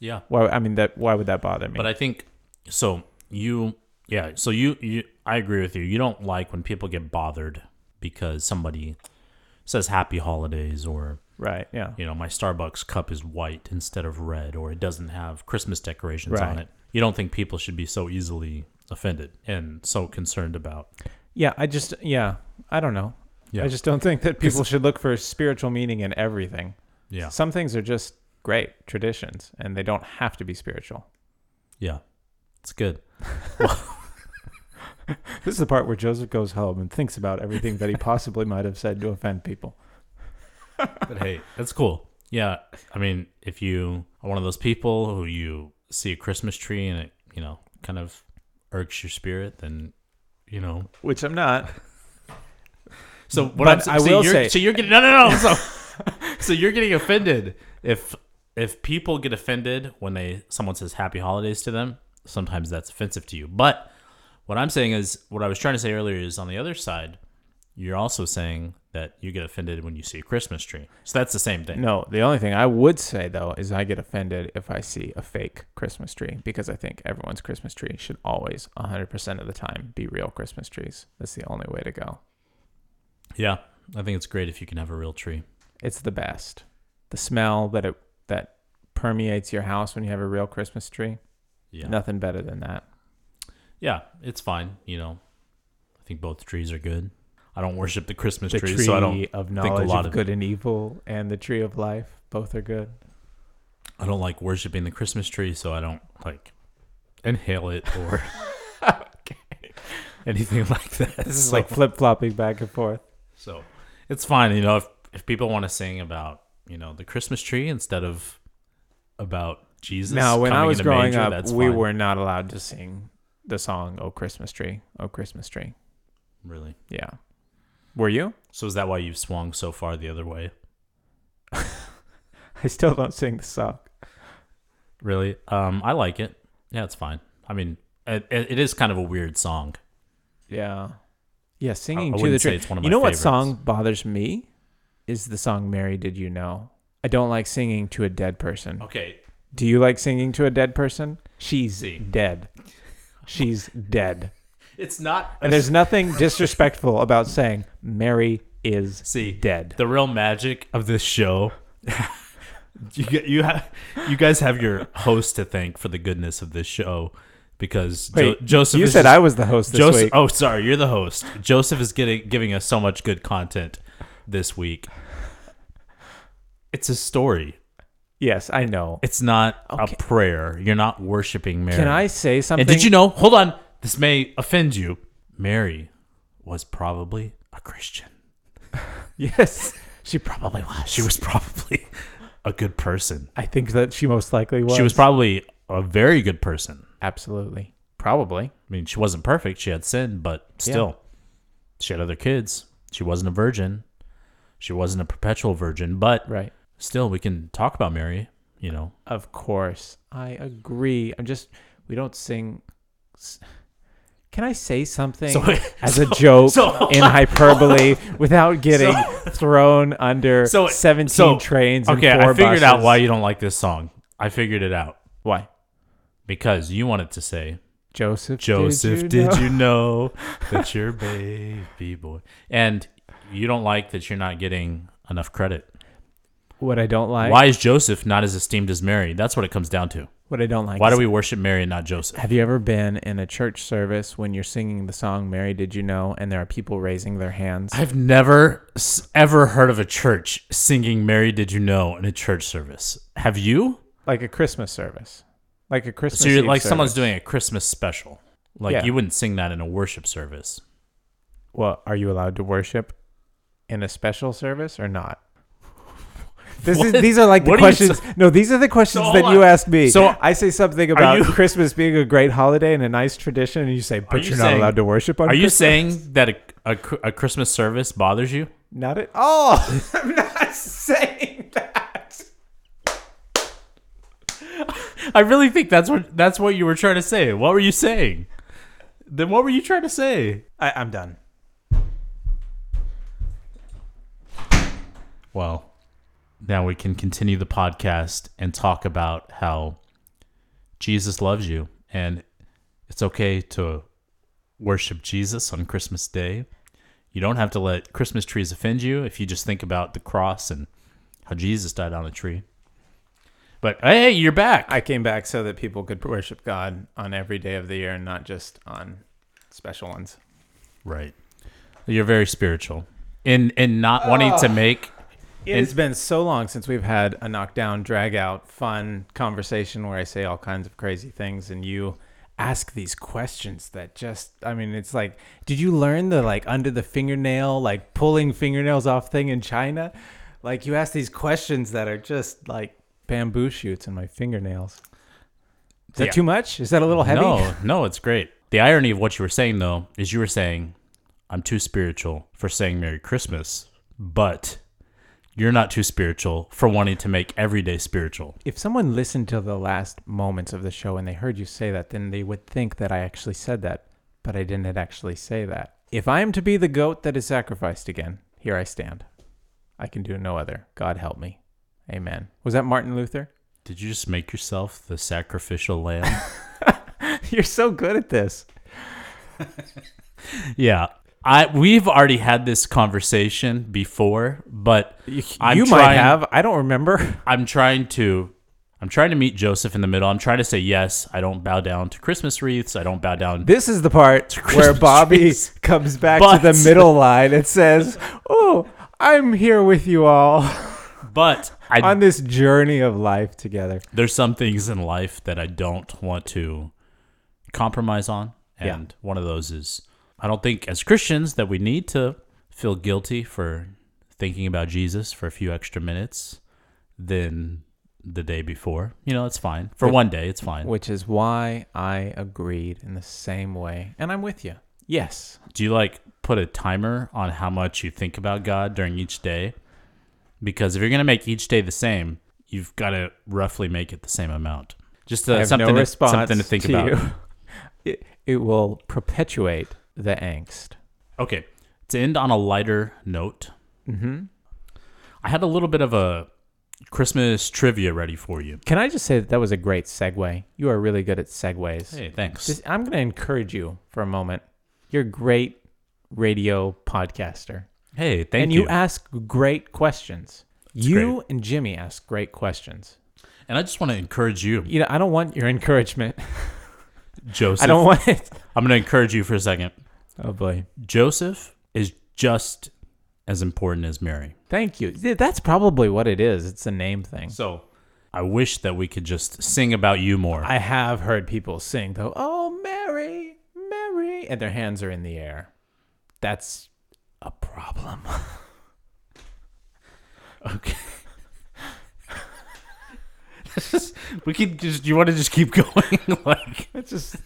Speaker 2: Yeah.
Speaker 1: Why? I mean, that why would that bother me?
Speaker 2: But I think so. You yeah. So you you I agree with you. You don't like when people get bothered because somebody says happy holidays or
Speaker 1: right? Yeah.
Speaker 2: you know my Starbucks cup is white instead of red or it doesn't have Christmas decorations on
Speaker 1: Right.
Speaker 2: it. You don't think people should be so easily offended and so concerned about
Speaker 1: Yeah. I just yeah. I don't know.
Speaker 2: Yeah.
Speaker 1: I just don't think that people should look for spiritual meaning in everything.
Speaker 2: yeah
Speaker 1: Some things are just great traditions, and they don't have to be spiritual.
Speaker 2: yeah it's good
Speaker 1: This is the part where Joseph goes home and thinks about everything that he possibly might have said to offend people.
Speaker 2: but hey that's cool yeah I mean if you are one of those people who you see a Christmas tree and it you know kind of irks your spirit then you know
Speaker 1: Which I'm not.
Speaker 2: So what
Speaker 1: But
Speaker 2: I'm, s-
Speaker 1: I
Speaker 2: so
Speaker 1: will
Speaker 2: you're,
Speaker 1: say-
Speaker 2: so you're getting no no no. So, so you're getting offended if if people get offended when they someone says happy holidays to them. Sometimes that's offensive to you. But what I'm saying is what I was trying to say earlier is on the other side, you're also saying that you get offended when you see a Christmas tree. So that's the same thing.
Speaker 1: No, the only thing I would say though is I get offended if I see a fake Christmas tree because I think everyone's Christmas tree should always 100% of the time be real Christmas trees. That's the only way to go.
Speaker 2: Yeah, I think it's great if you can have a real tree.
Speaker 1: It's the best. The smell that it that permeates your house when you have a real Christmas tree.
Speaker 2: Yeah,
Speaker 1: Nothing better than that.
Speaker 2: yeah, it's fine. You know, I think both trees are good. I don't worship the Christmas
Speaker 1: The
Speaker 2: tree,
Speaker 1: tree
Speaker 2: so I don't
Speaker 1: of
Speaker 2: a
Speaker 1: knowledge
Speaker 2: lot
Speaker 1: of
Speaker 2: of-
Speaker 1: good and evil and the tree of life, both are good.
Speaker 2: I don't like worshiping the Christmas tree, so I don't like inhale it or anything like that.
Speaker 1: This is
Speaker 2: So-
Speaker 1: like flip-flopping back and forth.
Speaker 2: so it's fine, you know, if if people want to sing about, you know, the Christmas tree instead of about Jesus.
Speaker 1: Now, when I
Speaker 2: coming
Speaker 1: was
Speaker 2: in a
Speaker 1: growing
Speaker 2: manger,
Speaker 1: up,
Speaker 2: that's
Speaker 1: we
Speaker 2: fine.
Speaker 1: were not allowed to sing the song "Oh Christmas Tree, Oh Christmas Tree."
Speaker 2: really.
Speaker 1: Yeah. Were you?
Speaker 2: So is that why you've swung so far the other way?
Speaker 1: I still don't sing the song.
Speaker 2: Really? Um, I like it. Yeah, it's fine. I mean, it, it it is kind of a weird song.
Speaker 1: Yeah. Yeah, singing
Speaker 2: I
Speaker 1: to the
Speaker 2: wouldn't say
Speaker 1: tree.
Speaker 2: it's one of
Speaker 1: you
Speaker 2: my
Speaker 1: know
Speaker 2: favorites.
Speaker 1: what song bothers me is the song "Mary Did You Know." I don't like singing to a dead person.
Speaker 2: Okay.
Speaker 1: Do you like singing to a dead person? She's
Speaker 2: See.
Speaker 1: dead. She's dead.
Speaker 2: It's not
Speaker 1: And there's nothing disrespectful about saying Mary is
Speaker 2: See,
Speaker 1: dead.
Speaker 2: the real magic of this show. you get- you have you guys have your host to thank for the goodness of this show because Jo-
Speaker 1: Wait,
Speaker 2: Joseph.
Speaker 1: you
Speaker 2: is
Speaker 1: said
Speaker 2: just-
Speaker 1: I was the host this
Speaker 2: Joseph.
Speaker 1: week.
Speaker 2: Oh, sorry, you're the host. Joseph is getting giving us so much good content this week. It's a story.
Speaker 1: Yes, I know.
Speaker 2: It's not
Speaker 1: Okay.
Speaker 2: a prayer. You're not worshiping Mary.
Speaker 1: Can I say something?
Speaker 2: And did you know? Hold on. This may offend you. Mary was probably a Christian.
Speaker 1: Yes, she probably was.
Speaker 2: She was probably a good person.
Speaker 1: I think that she most likely was.
Speaker 2: She was probably a very good person.
Speaker 1: absolutely, probably.
Speaker 2: I mean, she wasn't perfect. She had sin, but still, she had other kids. She wasn't a virgin. She wasn't a perpetual virgin, but
Speaker 1: Right.
Speaker 2: still, we can talk about Mary, you know.
Speaker 1: Of course, I agree. I'm just we don't sing. s- Can I say something
Speaker 2: So-
Speaker 1: as a joke
Speaker 2: so-
Speaker 1: in hyperbole without getting thrown under
Speaker 2: So-
Speaker 1: 17
Speaker 2: so-
Speaker 1: trains?
Speaker 2: Okay,
Speaker 1: and four
Speaker 2: I figured out
Speaker 1: buses?
Speaker 2: why you don't like this song. I figured it out
Speaker 1: Why
Speaker 2: because you wanted to say,
Speaker 1: Joseph?
Speaker 2: Joseph,
Speaker 1: did you?
Speaker 2: did, you,
Speaker 1: know?
Speaker 2: know that your baby boy? And you don't like that you're not getting enough credit.
Speaker 1: What I don't like.
Speaker 2: Why is Joseph not as esteemed as Mary? That's what it comes down to.
Speaker 1: What I don't like.
Speaker 2: Why
Speaker 1: is
Speaker 2: do we worship Mary and not Joseph?
Speaker 1: Have you ever been in a church service when you're singing the song Mary Did You Know and there are people raising their hands?
Speaker 2: I've never s- ever heard of a church singing Mary Did You Know in a church service. Have you?
Speaker 1: Like a Christmas service. Like a Christmas
Speaker 2: So you're
Speaker 1: Eve
Speaker 2: like
Speaker 1: service.
Speaker 2: someone's doing a Christmas special. Like
Speaker 1: Yeah.
Speaker 2: you wouldn't sing that in a worship service.
Speaker 1: Well, are you allowed to worship in a special service or not? This is,
Speaker 2: What?
Speaker 1: these are like the
Speaker 2: What are you
Speaker 1: questions. no, these are the questions
Speaker 2: So
Speaker 1: that
Speaker 2: hold
Speaker 1: you
Speaker 2: on.
Speaker 1: asked me.
Speaker 2: So-
Speaker 1: I say something about
Speaker 2: you-
Speaker 1: Christmas being a great holiday and a nice tradition, and you say, "But
Speaker 2: you
Speaker 1: you are not
Speaker 2: saying-
Speaker 1: allowed to worship on."
Speaker 2: Are you
Speaker 1: Christmas."
Speaker 2: saying that a, a, cr- a Christmas service bothers you?
Speaker 1: Not at all. I'm not saying that.
Speaker 2: I really think that's what that's what you were trying to say. What were you saying? Then what were you trying to say?
Speaker 3: I, I'm done.
Speaker 2: Well, now we can continue the podcast and talk about how Jesus loves you and it's okay to worship Jesus on Christmas Day. You don't have to let Christmas trees offend you if you just think about the cross and how Jesus died on a tree. But hey, you're back.
Speaker 1: I came back so that people could worship God on every day of the year and not just on special ones.
Speaker 2: right. You're very spiritual. In in not wanting to make
Speaker 1: It's been so long since we've had a knockdown, drag out, fun conversation where I say all kinds of crazy things and you ask these questions that just I mean it's like did you learn the like under the fingernail like pulling fingernails off thing in China like you ask these questions that are just like bamboo shoots in my fingernails is that
Speaker 2: Yeah.
Speaker 1: too much is that a little heavy
Speaker 2: No, no, it's great. The irony of what you were saying though is you were saying I'm too spiritual for saying Merry Christmas, but you're not too spiritual for wanting to make every day spiritual.
Speaker 1: if someone listened to the last moments of the show and they heard you say that, then they would think that I actually said that, but I didn't actually say that. If I am to be the goat that is sacrificed again, here I stand. I can do no other. God help me. Amen. Was that Martin Luther?
Speaker 2: Did you just make yourself the sacrificial lamb?
Speaker 1: You're so good at this.
Speaker 2: yeah. I we've already had this conversation before, but
Speaker 1: You,
Speaker 2: I'm
Speaker 1: you might
Speaker 2: trying-
Speaker 1: have. I don't remember.
Speaker 2: I'm trying to I'm trying to meet Joseph in the middle. I'm trying to say yes, I don't bow down to Christmas wreaths. I don't bow down
Speaker 1: This is the part where
Speaker 2: Christmas
Speaker 1: Bobby
Speaker 2: trees.
Speaker 1: comes back
Speaker 2: But-
Speaker 1: to the middle line and says, Oh, I'm here with you all
Speaker 2: but I
Speaker 1: on this journey of life together.
Speaker 2: there's some things in life that I don't want to compromise on.
Speaker 1: Yeah.
Speaker 2: And one of those is I don't think as Christians that we need to feel guilty for thinking about Jesus for a few extra minutes than the day before. You know, it's fine. For one day, it's fine.
Speaker 1: Which is why I agreed in the same way. And I'm with you. Yes.
Speaker 2: Do you like put a timer on how much you think about God during each day? Because if you're going to make each day the same, you've got to roughly make it the same amount. Just
Speaker 1: I
Speaker 2: uh,
Speaker 1: have
Speaker 2: something,
Speaker 1: no
Speaker 2: to,
Speaker 1: response
Speaker 2: something to think about.
Speaker 1: you. It, it will perpetuate the angst.
Speaker 2: Okay. To end on a lighter note,
Speaker 1: hmm
Speaker 2: I had a little bit of a Christmas trivia ready for you.
Speaker 1: Can I just say that that was a great segue? You are really good at segues.
Speaker 2: Hey, thanks.
Speaker 1: Just, I'm going to encourage you for a moment. You're a great radio podcaster.
Speaker 2: hey, thank
Speaker 1: and
Speaker 2: you.
Speaker 1: you, ask great questions. you and Jimmy ask great questions.
Speaker 2: and I just want to encourage you,
Speaker 1: You know, I don't want your encouragement.
Speaker 2: Joseph.
Speaker 1: I don't want it.
Speaker 2: I'm going to encourage you for a second.
Speaker 1: Oh, boy.
Speaker 2: Joseph is just as important as Mary.
Speaker 1: Thank you. Th- That's probably what it is. It's a name thing.
Speaker 2: So I wish that we could just sing about you more.
Speaker 1: I have heard people sing though, "Oh Mary, Mary," and their hands are in the air. That's a problem.
Speaker 2: okay. we could just, you want to just keep going? like,
Speaker 1: Let's just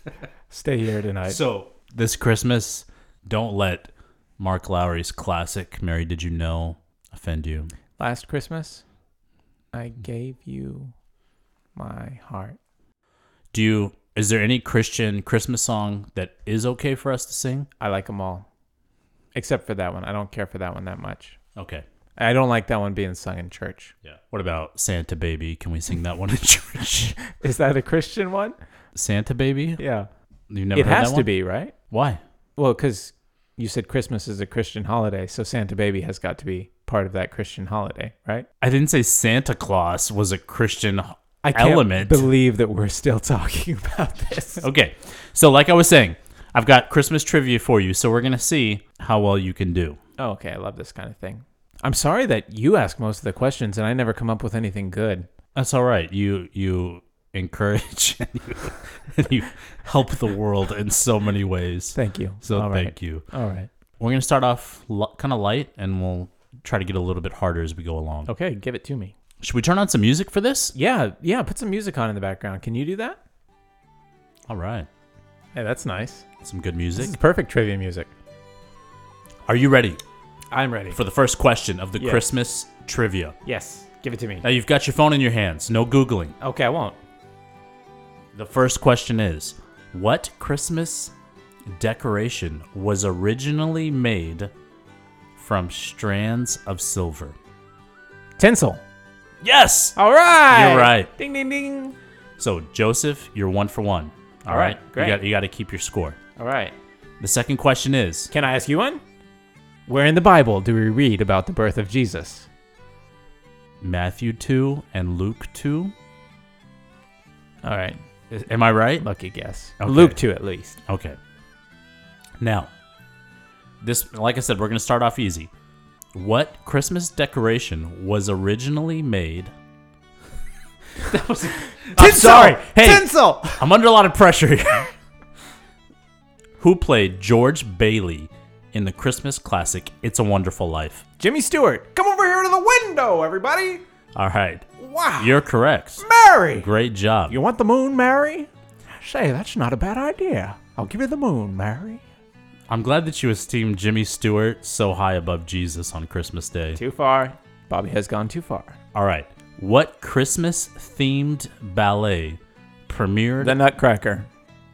Speaker 1: stay here tonight.
Speaker 2: So this Christmas, don't let Mark Lowry's classic "Mary, Did You Know" offend you.
Speaker 1: Last Christmas, I gave you my heart.
Speaker 2: Do you? Is there any Christian Christmas song that is okay for us to sing?
Speaker 1: I like them all, except for that one. I don't care for that one that much.
Speaker 2: Okay.
Speaker 1: I don't like that one being sung in church.
Speaker 2: Yeah. What about Santa Baby? Can we sing that one in church?
Speaker 1: Is that a Christian one?
Speaker 2: Santa Baby?
Speaker 1: Yeah,
Speaker 2: You've never
Speaker 1: it
Speaker 2: heard
Speaker 1: has
Speaker 2: that
Speaker 1: to
Speaker 2: one?
Speaker 1: be right.
Speaker 2: Why?
Speaker 1: Well, because you said Christmas is a Christian holiday, so Santa Baby has got to be part of that Christian holiday, right?
Speaker 2: I didn't say Santa Claus was a Christian
Speaker 1: I can't
Speaker 2: element.
Speaker 1: believe that we're still talking about this.
Speaker 2: okay. So, like I was saying, I've got Christmas trivia for you. So we're gonna see how well you can do.
Speaker 1: Oh, okay, I love this kind of thing. I'm sorry that you ask most of the questions and I never come up with anything good.
Speaker 2: That's all right. You you encourage and you, and you help the world in so many ways.
Speaker 1: Thank you.
Speaker 2: So
Speaker 1: All
Speaker 2: thank
Speaker 1: right.
Speaker 2: you.
Speaker 1: All right.
Speaker 2: We're gonna start off l- kind of light, and we'll try to get a little bit harder as we go along.
Speaker 1: Okay, give it to me.
Speaker 2: Should we turn on some music for this?
Speaker 1: Yeah, yeah, put some music on in the background. Can you do that?
Speaker 2: All right,
Speaker 1: Hey, that's nice.
Speaker 2: some good
Speaker 1: This is
Speaker 2: music.
Speaker 1: perfect trivia music.
Speaker 2: Are you ready
Speaker 1: I'm ready.
Speaker 2: for the first question of the
Speaker 1: Yes.
Speaker 2: Christmas trivia?
Speaker 1: yes, give it to me.
Speaker 2: Now you've got your phone in your hands. No googling.
Speaker 1: Okay, I won't.
Speaker 2: The first question is What Christmas decoration was originally made from strands of silver?
Speaker 1: Tinsel.
Speaker 2: Yes!
Speaker 1: All right.
Speaker 2: You're right.
Speaker 1: Ding ding ding.
Speaker 2: So, Joseph, you're one for one. All
Speaker 1: All right,
Speaker 2: right. You,
Speaker 1: great.
Speaker 2: got, you got to keep your score.
Speaker 1: All right.
Speaker 2: The second question is
Speaker 1: Can I ask you one? Where in the Bible do we read about the birth of Jesus?
Speaker 2: Matthew 2 and Luke 2.
Speaker 1: All right.
Speaker 2: Is- Am I right?
Speaker 1: Lucky guess.
Speaker 2: Okay.
Speaker 1: Luke 2 at least.
Speaker 2: Okay. Now, this, like I said, we're going to start off easy. What Christmas decoration was originally made? that was. I'm sorry. Hey,
Speaker 1: Tinsel.
Speaker 2: I'm under a lot of pressure here. Who played George Bailey in the Christmas classic "It's a Wonderful Life"?
Speaker 1: Jimmy Stewart. Come over here to the window, everybody.
Speaker 2: All right,
Speaker 1: Wow.
Speaker 2: you're correct.
Speaker 1: Mary.
Speaker 2: Great job.
Speaker 1: You want the moon, Mary? Say, that's not a bad idea. I'll give you the moon, Mary.
Speaker 2: I'm glad that you esteem Jimmy Stewart so high above Jesus on Christmas Day.
Speaker 1: Too far. Bobby has gone too far.
Speaker 2: All right. What Christmas themed ballet premiered
Speaker 1: The Nutcracker.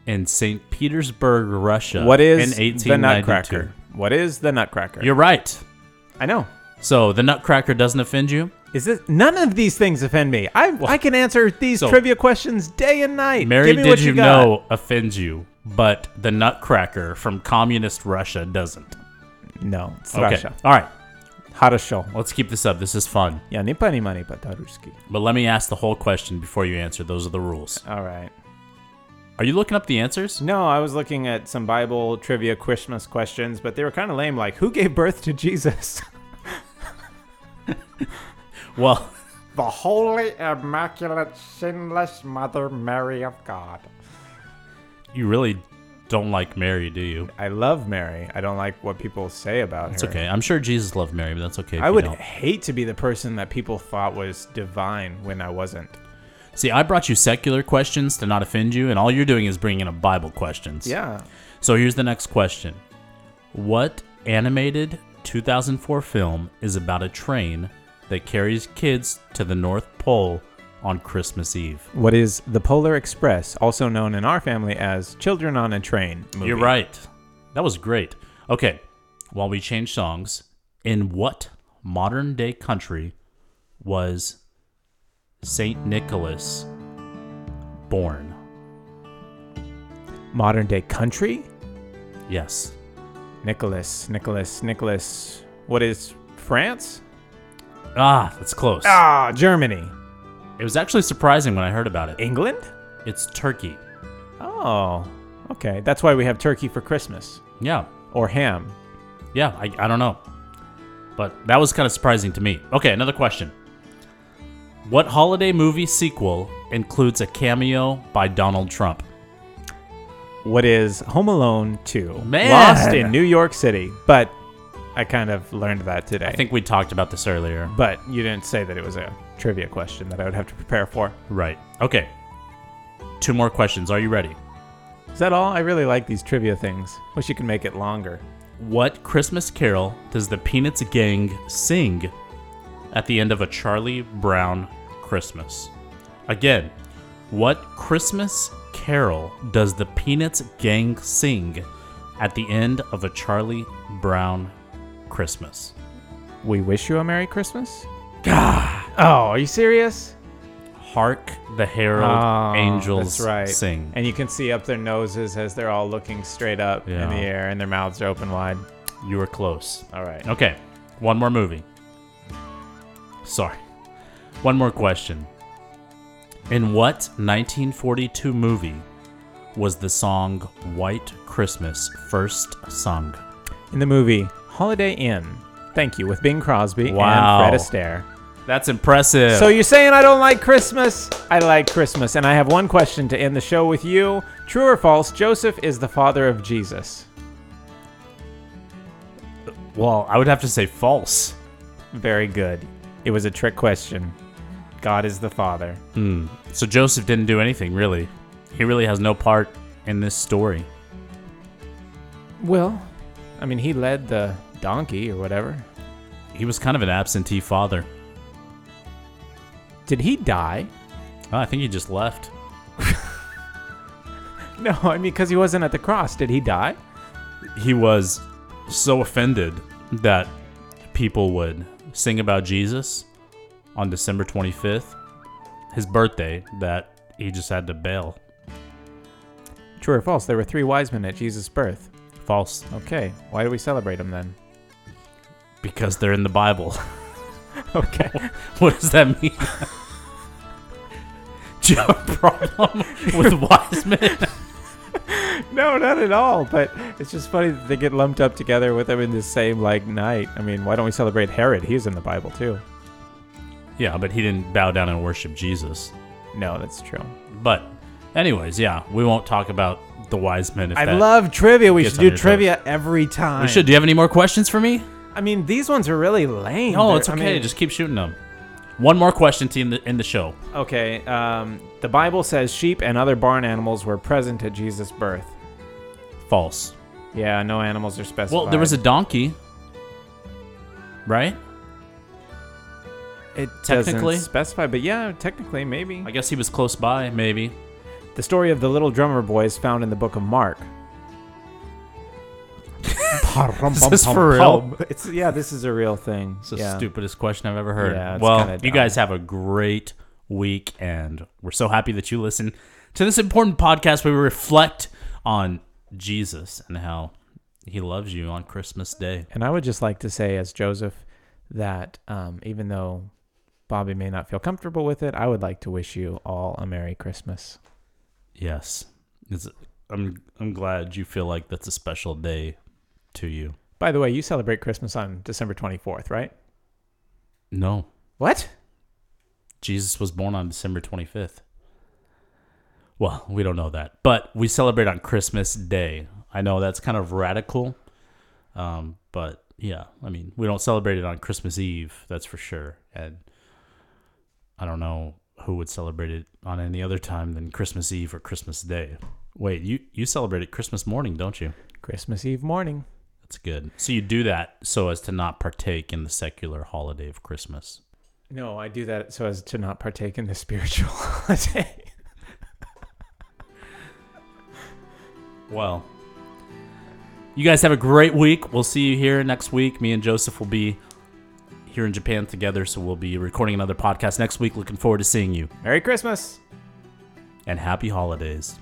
Speaker 2: in St. Petersburg, Russia?
Speaker 1: What is
Speaker 2: in 1892?
Speaker 1: the Nutcracker? What is the Nutcracker?
Speaker 2: You're right.
Speaker 1: I know.
Speaker 2: So the Nutcracker doesn't offend you.
Speaker 1: Is this none of these things offend me? I I can answer these
Speaker 2: So-
Speaker 1: trivia questions day and night.
Speaker 2: Mary,
Speaker 1: Give me what
Speaker 2: did you,
Speaker 1: got.
Speaker 2: know offends you, but the Nutcracker from communist Russia doesn't.
Speaker 1: No, it's
Speaker 2: Okay.
Speaker 1: Russia.
Speaker 2: All right.
Speaker 1: Хорошо.
Speaker 2: Let's keep this up. This is fun.
Speaker 1: Я не понимаю по-русски.
Speaker 2: But let me ask the whole question before you answer. Those are the rules.
Speaker 1: All right.
Speaker 2: Are you looking up the answers?
Speaker 1: No, I was looking at some Bible trivia Christmas questions, but they were kind of lame. Like, who gave birth to Jesus?
Speaker 2: Well,
Speaker 3: the holy, immaculate, sinless Mother Mary of God.
Speaker 2: you really don't like Mary, do you?
Speaker 1: I love Mary. I don't like what people say about
Speaker 2: It's
Speaker 1: her.
Speaker 2: okay. I'm sure Jesus loved Mary, but that's okay. if
Speaker 1: I
Speaker 2: you
Speaker 1: would
Speaker 2: don't.
Speaker 1: hate to be the person that people thought was divine when I wasn't.
Speaker 2: See, I brought you secular questions to not offend you, and all you're doing is bringing up Bible questions.
Speaker 1: Yeah.
Speaker 2: So here's the next question What animated 2004 film is about a train that carries kids to the North Pole on Christmas Eve?
Speaker 1: What is the Polar Express, also known in our family as Children on a Train movie?
Speaker 2: You're right. That was great. Okay, while we change songs, in what modern day country was St. Nicholas born?
Speaker 1: Modern day country?
Speaker 2: Yes.
Speaker 1: Nicholas, Nicholas, Nicholas. What is France?
Speaker 2: Ah, that's close.
Speaker 1: Ah, Germany.
Speaker 2: It was actually surprising when I heard about it.
Speaker 1: England?
Speaker 2: It's turkey.
Speaker 1: Oh, okay. That's why we have turkey for Christmas
Speaker 2: Yeah.
Speaker 1: or ham.
Speaker 2: Yeah, I, I don't know. But that was kind of surprising to me. Okay, another question. What holiday movie sequel includes a cameo by Donald Trump?
Speaker 1: What is Home Alone 2?
Speaker 2: Man.
Speaker 1: Lost in New York City, but I kind of learned that today.
Speaker 2: I think we talked about this earlier.
Speaker 1: But you didn't say that it was a trivia question that I would have to prepare for.
Speaker 2: Right. Okay. Two more questions. Are you ready?
Speaker 1: Is that all? I really like these trivia things. Wish you could make it longer.
Speaker 2: What Christmas carol does the Peanuts gang sing at the end of a Charlie Brown Christmas? Again, what Christmas carol does the Peanuts gang sing at the end of a Charlie Brown Christmas?
Speaker 1: We wish you a Merry Christmas? oh, are you serious?
Speaker 2: Hark the Herald
Speaker 1: Oh,
Speaker 2: Angels
Speaker 1: that's right.
Speaker 2: Sing.
Speaker 1: And you can see up their noses as they're all looking straight up
Speaker 2: Yeah.
Speaker 1: in the air and their mouths are open wide.
Speaker 2: You were close.
Speaker 1: All right.
Speaker 2: Okay, one more movie. Sorry. One more question. In what 1942 movie was the song White Christmas first sung?
Speaker 1: In the movie Holiday Inn, thank you, with Bing Crosby
Speaker 2: Wow.
Speaker 1: and Fred Astaire.
Speaker 2: That's impressive.
Speaker 1: So you're saying I don't like Christmas? I like Christmas. And I have one question to end the show with you. True or false, Joseph is the father of Jesus.
Speaker 2: well, I would have to say false.
Speaker 1: Very good. It was a trick question. God is the father.
Speaker 2: Hmm. So Joseph didn't do anything, really. He really has no part in this story.
Speaker 1: Well, I mean, he led the donkey or whatever.
Speaker 2: He was kind of an absentee father.
Speaker 1: Did he die?
Speaker 2: Oh, I think he just left.
Speaker 1: No, I mean, because he wasn't at the cross. Did he die?
Speaker 2: he was so offended that people would sing about Jesus on December 25th, his birthday, that he just had to bail.
Speaker 1: True or false? There were three wise men at Jesus' birth.
Speaker 2: False.
Speaker 1: Okay. Why do we celebrate them then?
Speaker 2: Because they're in the Bible.
Speaker 1: Okay.
Speaker 2: what does that mean? Do you have a problem with wise men?
Speaker 1: no, not at all. But it's just funny that they get lumped up together with them in the same like night. I mean, why don't we celebrate Herod? He's in the Bible too.
Speaker 2: Yeah, but he didn't bow down and worship Jesus.
Speaker 1: No, that's true.
Speaker 2: But, anyways, yeah, we won't talk about the wise men. If
Speaker 1: I
Speaker 2: that-
Speaker 1: love trivia. We
Speaker 2: gets
Speaker 1: should
Speaker 2: on your
Speaker 1: do
Speaker 2: toes.
Speaker 1: trivia every time.
Speaker 2: We should. Do you have any more questions for me?
Speaker 1: I mean, these ones are really lame.
Speaker 2: No,
Speaker 1: They're-
Speaker 2: Oh, it's
Speaker 1: I
Speaker 2: okay.
Speaker 1: mean-
Speaker 2: Just keep shooting them. One more question to in the in the show.
Speaker 1: okay. Um, the Bible says sheep and other barn animals were present at Jesus' birth.
Speaker 2: False.
Speaker 1: Yeah, no animals are specified.
Speaker 2: Well, there was a donkey, right?
Speaker 1: It
Speaker 2: Technically?
Speaker 1: doesn't specify, but yeah, technically, maybe.
Speaker 2: I guess he was close by, maybe.
Speaker 1: the story of the little drummer boy is found in the book of Mark.
Speaker 2: Is this for real?
Speaker 1: It's yeah, this is a real thing.
Speaker 2: It's the
Speaker 1: yeah.
Speaker 2: stupidest question I've ever heard.
Speaker 1: Yeah, it's
Speaker 2: well,
Speaker 1: kinda dumb.
Speaker 2: you guys have a great week, and we're so happy that you listen to this important podcast. where We reflect on Jesus and how he loves you on Christmas Day.
Speaker 1: And I would just like to say, as Joseph, that um, even though Bobby may not feel comfortable with it, I would like to wish you all a Merry Christmas.
Speaker 2: Yes, It's- I'm I'm glad you feel like that's a special day to you.
Speaker 1: By the way, you celebrate Christmas on December 24th, right?
Speaker 2: No,
Speaker 1: What?
Speaker 2: Jesus was born on December 25th. Well, we don't know that, but we celebrate on Christmas Day. I know that's kind of radical, um, but yeah, I mean, we don't celebrate it on Christmas Eve, that's for sure. And I don't know who would celebrate it on any other time than Christmas Eve or Christmas Day. Wait, you you celebrate it Christmas morning, don't you?
Speaker 1: Christmas Eve morning.
Speaker 2: That's good. So you do that so as to not partake in the secular holiday of Christmas.
Speaker 1: No, I do that so as to not partake in the spiritual holiday.
Speaker 2: Well, you guys have a great week. We'll see you here next week. Me and Joseph will be here in Japan together, so we'll be recording another podcast next week. Looking forward to seeing you,
Speaker 1: Merry Christmas!
Speaker 2: and happy holidays.